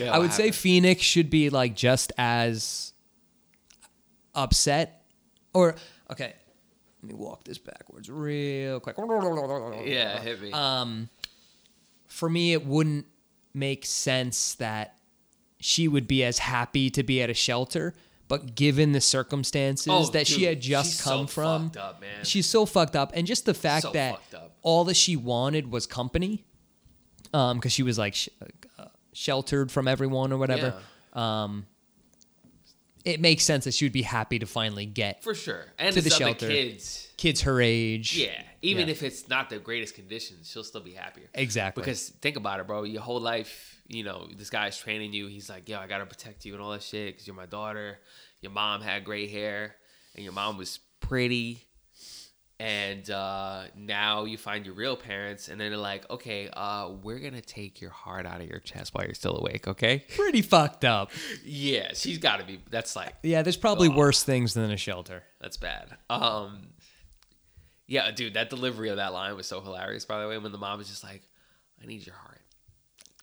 I would say Phoenix should be like just as upset or okay. Let me walk this backwards real quick. Oh, yeah, Uh, hit me. For me, it wouldn't make sense that she would be as happy to be at a shelter, but given the circumstances Oh, that she dude, had just she's so come from, fucked up, man. she's so fucked up. And just the fact So that fucked up. all that she wanted was company, um, because she was like sh- uh, sheltered from everyone or whatever. Um, it makes sense that she would be happy to finally get for sure. And to it's the other shelter. kids. kids her age. Yeah, even Yeah. if it's not the greatest conditions, she'll still be happier. Exactly. Because think about it, bro. Your whole life, you know, this guy's training you. He's like, yo, I gotta protect you and all that shit because you're my daughter. Your mom had gray hair, and your mom was pretty. And uh, now you find your real parents, and then they're like, okay, uh, we're gonna take your heart out of your chest while you're still awake, okay? pretty fucked up. yeah, she's gotta be. That's like Yeah, there's probably worse things than a shelter. That's bad. Um, yeah, dude, that delivery of that line was so hilarious. By the way, when the mom was just like, "I need your heart."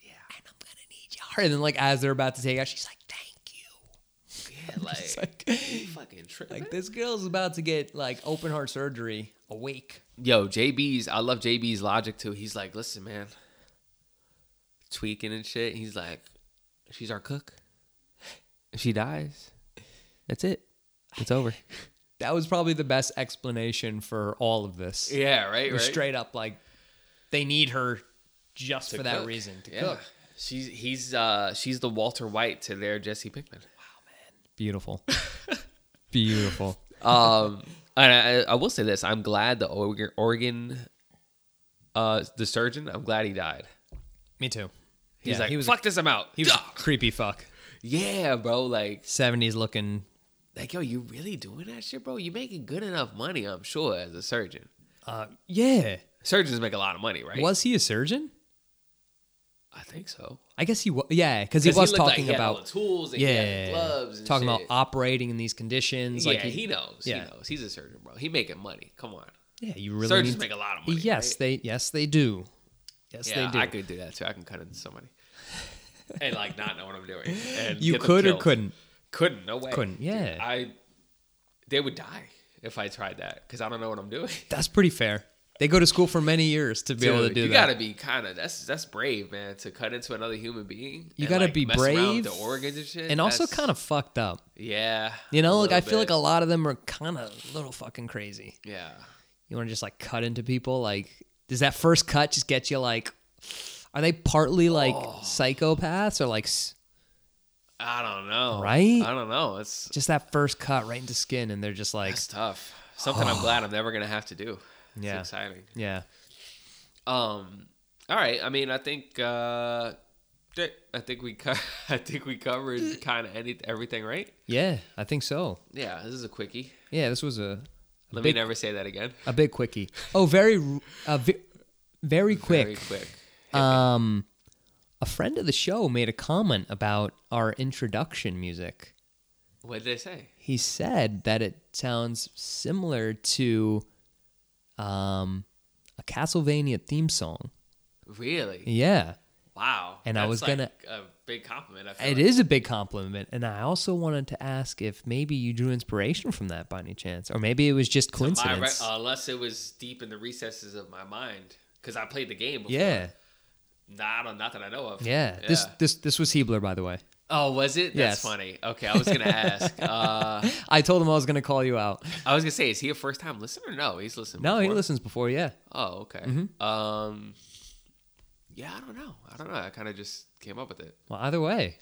And I'm gonna need your heart. And then like as they're about to take out, she's like, "Thank you." Yeah, like, It's like, you fucking tripping. like this girl's about to get like open heart surgery. Awake. Yo, JB's. I love JB's logic too. He's like, "Listen, man, tweaking and shit." He's like, "She's our cook. If she dies, that's it. It's over." That was probably the best explanation for all of this. yeah, right. It was right? straight up like they need her just To for that cook. reason to yeah. cook. She's he's uh she's the Walter White to their Jesse Pinkman. Beautiful. Beautiful. um, and I, I will say this: I'm glad the Oregon, Oregon uh, the surgeon. I'm glad he died. Me too. He's yeah, like, he was fuck this amount. he was a creepy fuck. yeah, bro. Like, 70s looking like, yo, you really doing that shit, bro? You making good enough money, I'm sure, as a surgeon. uh yeah. Surgeons make a lot of money, right? Was he a surgeon? I think so. I guess he was. Yeah, because he was looked like talking he had all about the tools. And yeah, he had the gloves. And talking shit. about operating in these conditions. Yeah, like he, knows. yeah. He knows. He's a surgeon, bro. He making money. Come on. yeah, you really surgeons need make to- a lot of money. yes, right? they yes they do. Yes, Yeah, they do. I could do that too. I can cut into somebody and like not know what I'm doing. And you get them could or killed. couldn't. Couldn't. No way. Couldn't, yeah. Dude, I. They would die if I tried that because I don't know what I'm doing. That's pretty fair. They go to school for many years to be able to Dude, do you that. gotta be kind of that's that's brave, man, to cut into another human being. You and, gotta like, be mess around with brave the organs and shit, and also That's- kind of fucked up. yeah. You know, a like I little feel like bit. a lot of them are kind of a little fucking crazy. yeah. You want to just like cut into people? Like, does that first cut just get you like? Are they partly like Oh. psychopaths or like s- I don't know. Right? I don't know. It's just that first cut right into skin and they're just like, it's tough. Something I'm glad I'm never gonna have to do. It's Yeah. exciting. yeah, Um. All right. I mean, I think. uh th- I think we co- I think we covered kind of any everything, right? yeah, I think so. Yeah, this is a quickie. Yeah, this was a Let big- me never say that again. a big quickie. Oh, very, r- uh, ve- very quick. Very quick. Um, a friend of the show made a comment about our introduction music. What did I say? He said that it sounds similar to um, a Castlevania theme song. Really? Yeah, Wow. And I That's was like gonna- a big compliment. I feel it like. is a big compliment. And I also wanted to ask if maybe you drew inspiration from that by any chance, or maybe it was just To my re- coincidence. unless it was deep in the recesses of my mind, because I played the game. Before. yeah, Nah, I don't, not that I know of. yeah, This Yeah. this this was Hebler, by the way. Oh, was it? Yes. That's funny. Okay, I was gonna ask. uh, I told him I was going to call you out. I was gonna say, is he a first time listener? No, he's listened. No, he before. listens before. Yeah, Oh, okay. Mm-hmm. Um, yeah, I don't know. I don't know. I kind of just came up with it. Well, either way,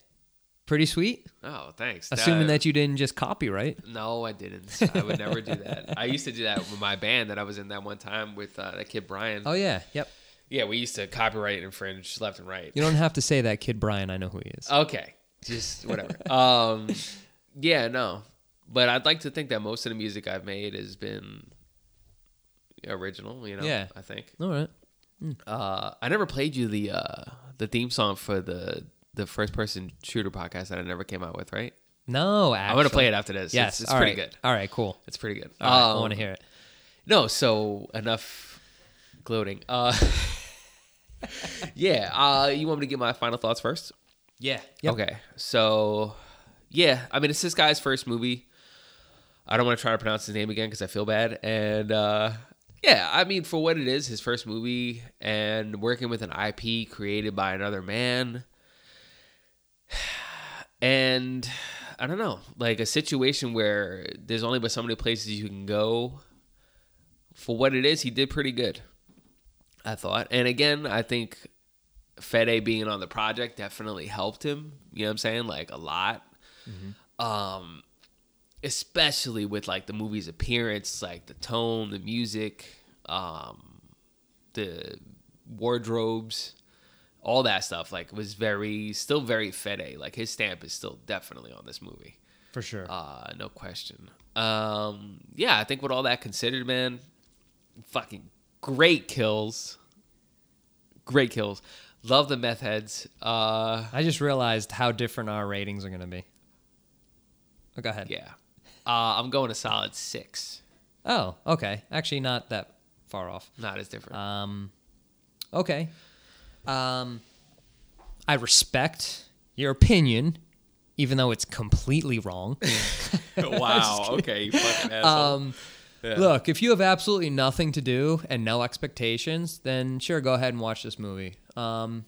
pretty sweet. Oh, thanks. Assuming that you didn't just copyright. No, I didn't. I would never do that. I used to do that with my band that I was in that one time with uh, that kid Brian. Oh yeah, yep. Yeah, we used to copyright infringe left and right. You don't have to say that, kid Brian. I know who he is. Okay, just whatever. um, yeah, no. But I'd like to think that most of the music I've made has been original. You know, Yeah. I think. All right. Uh, I never played you the uh, the theme song for the the first person shooter podcast that I never came out with, right? No, actually, I'm gonna play it after this. Yes, it's, it's all pretty right. good. All right, cool. It's pretty good. All right, I Um, want to hear it. No, so enough gloating. Uh, yeah, uh, you want me to get my final thoughts first? Yeah. Okay, so yeah, I mean it's this guy's first movie. I don't want to try to pronounce his name again because I feel bad. And uh, yeah, I mean for what it is, his first movie and working with an IP created by another man, and I don't know, like a situation where there's only but so many places you can go. For what it is, he did pretty good, I thought. And again, I think Fede being on the project definitely helped him. You know what I'm saying? Like a lot. Um, especially with like the movie's appearance, like the tone, the music, um, the wardrobes, all that stuff. Like was very, still very Fede. Like his stamp is still definitely on this movie. For sure. Uh, no question. Um, yeah, I think with all that considered, man, fucking great kills. Great kills. Love the meth heads. Uh, I just realized how different our ratings are gonna be. Oh, go ahead. yeah. Uh, I'm going a solid six. Oh, okay. Actually, not that far off. Not as different. Um, okay. Um, I respect your opinion, even though it's completely wrong. Uh, wow. Okay. You fucking asshole. Um, Look, if you have absolutely nothing to do and no expectations, then sure, go ahead and watch this movie. Um,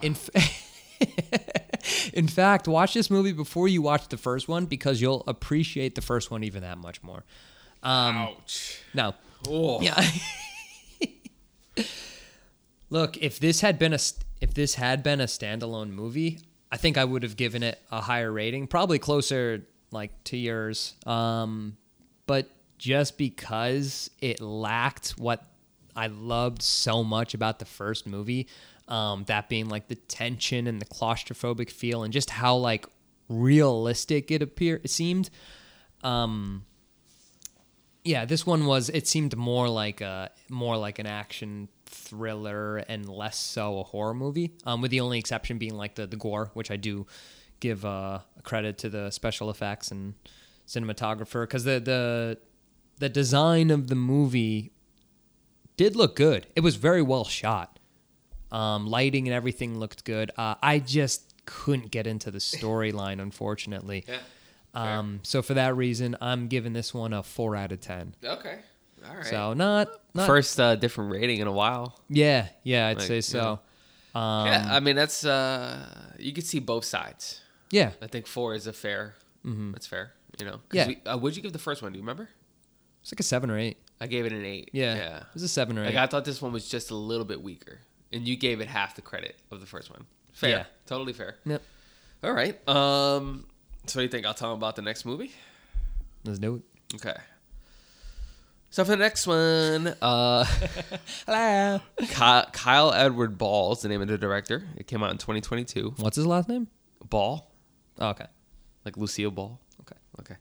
in, f- in fact, watch this movie before you watch the first one because you'll appreciate the first one even that much more. um, Ouch. No. Oh. Yeah. Look, if this had been a st- if this had been a standalone movie, I think I would have given it a higher rating, probably closer like to yours. Um, but just because it lacked what I loved so much about the first movie, um, that being like the tension and the claustrophobic feel, and just how like realistic it appeared it seemed yeah this one was it seemed more like a more like an action thriller and less so a horror movie um, with the only exception being like the, the gore which i do give uh, credit to the special effects and cinematographer because the, the the design of the movie did look good it was very well shot um, lighting and everything looked good uh, i just couldn't get into the storyline unfortunately Yeah. um, so for that reason i'm giving this one a four out of ten Okay. All right. so not, not First uh, different rating in a while. Yeah, yeah, I'd Like, say you so. Um, yeah. I mean, that's uh, you could see both sides. yeah, I think four is a fair. That's fair. You know. 'Cause Mm-hmm. Yeah. We, uh, what'd you give the first one? Do you remember? it's like a seven or eight. I gave it an eight. Yeah. Yeah. It was a seven or eight. Like I thought this one was just a little bit weaker, and you gave it half the credit of the first one. Fair, Yeah. totally fair. Yep. All right. Um, so you think I'll tell him about the next movie? Let's do it. Okay. So for the next one, uh, Hello. Ky- Kyle Edward Ball is the name of the director. It came out in 2022. What's his last name? Ball, Oh, okay. like Lucille Ball. Okay. Okay.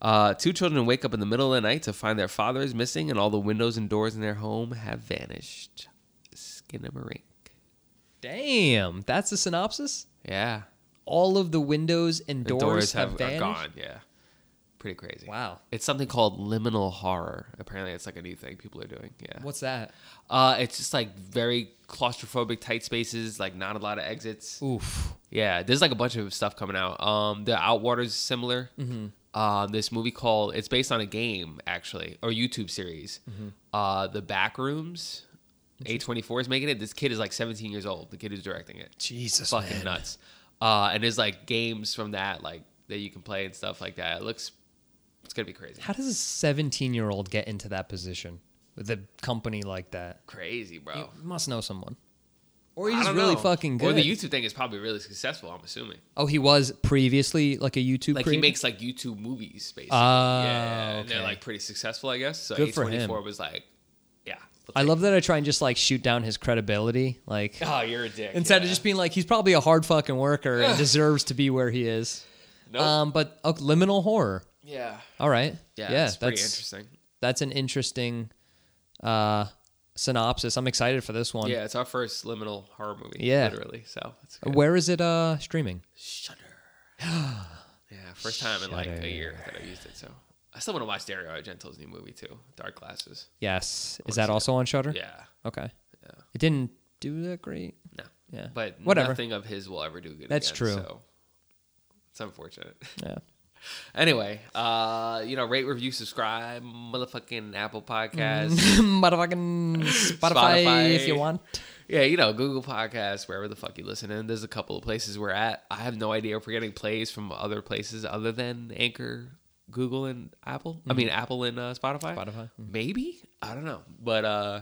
Uh, two children wake up in the middle of the night to find their father is missing, and all the windows and doors in their home have vanished. Skinamarink. Damn. That's the synopsis? Yeah. All of the windows and The doors, have, are vanished? gone. Yeah. Pretty crazy. Wow. It's something called liminal horror. Apparently, it's like a new thing people are doing. Yeah. What's that? Uh, it's just like very claustrophobic, tight spaces, like not a lot of exits. Oof. Yeah, there's like a bunch of stuff coming out. Um, the Outwaters is similar. Um, Mm-hmm. this movie called it's based on a game actually or YouTube series. Mm-hmm. Uh, the Back Rooms, A24 is making it. This kid is like 17 years old. The kid who's directing it Jesus. fucking nuts. Uh, and there's like games from that like that you can play and stuff like that. It looks it's gonna be crazy. How does a 17 year old get into that position with a company like that? Crazy, bro. You must know someone. Or he's I just don't really know. fucking Or good. the YouTube thing is probably really successful. I'm assuming. oh, he was previously like a YouTube Like he creator? makes like YouTube movies, basically. Ah, yeah, and they're okay. like pretty successful, I guess. So Good for him. A24 was like, yeah. we'll I take love that I try and just like shoot down his credibility. Like, it. Oh, you're a dick. instead yeah. of just being like, he's probably a hard fucking worker and deserves to be where he is. Nope. Um, but oh, liminal horror. yeah, All right. yeah, yeah it's pretty that's interesting. that's an interesting uh, synopsis. I'm excited for this one. Yeah, it's our first liminal horror movie. Yeah. literally. So it's good. Where is it uh, streaming? Shudder. yeah, first time in like Shudder. a year that I used it. So I still want to watch Dario Argento's new movie too, Dark Glasses. Yes. Is to that see also on Shutter? Yeah, Okay. Yeah. It didn't do that great. no, Yeah. but Whatever. nothing of his will ever do good. That's again, true. So it's unfortunate. Yeah. Anyway, uh, you know, rate, review, subscribe, motherfucking Apple Mm. Podcasts. Motherfucking Spotify, if you Spotify. want. yeah, you know, Google Podcasts, wherever the fuck you listen in. There's a couple of places we're at. I have no idea if we're getting plays from other places other than Anchor, Google, and Apple. I mean, Apple and uh, Spotify. Spotify, Maybe? I don't know. But uh,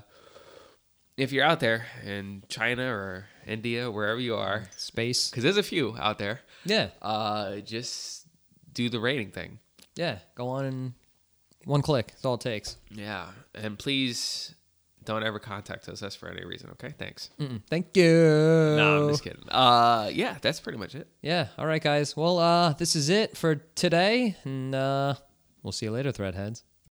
if you're out there in China or India, wherever you are, Space. because there's a few out there, Yeah. uh, just do the rating thing. Yeah. Go on and one click. That's all it takes. Yeah, and please don't ever contact us. That's for any reason. Okay, thanks. Mm-mm. Thank you. No, I'm just kidding. Uh, yeah, that's pretty much it. Yeah. All right, guys. Well, uh, this is it for today, and uh, we'll see you later, Threadheads.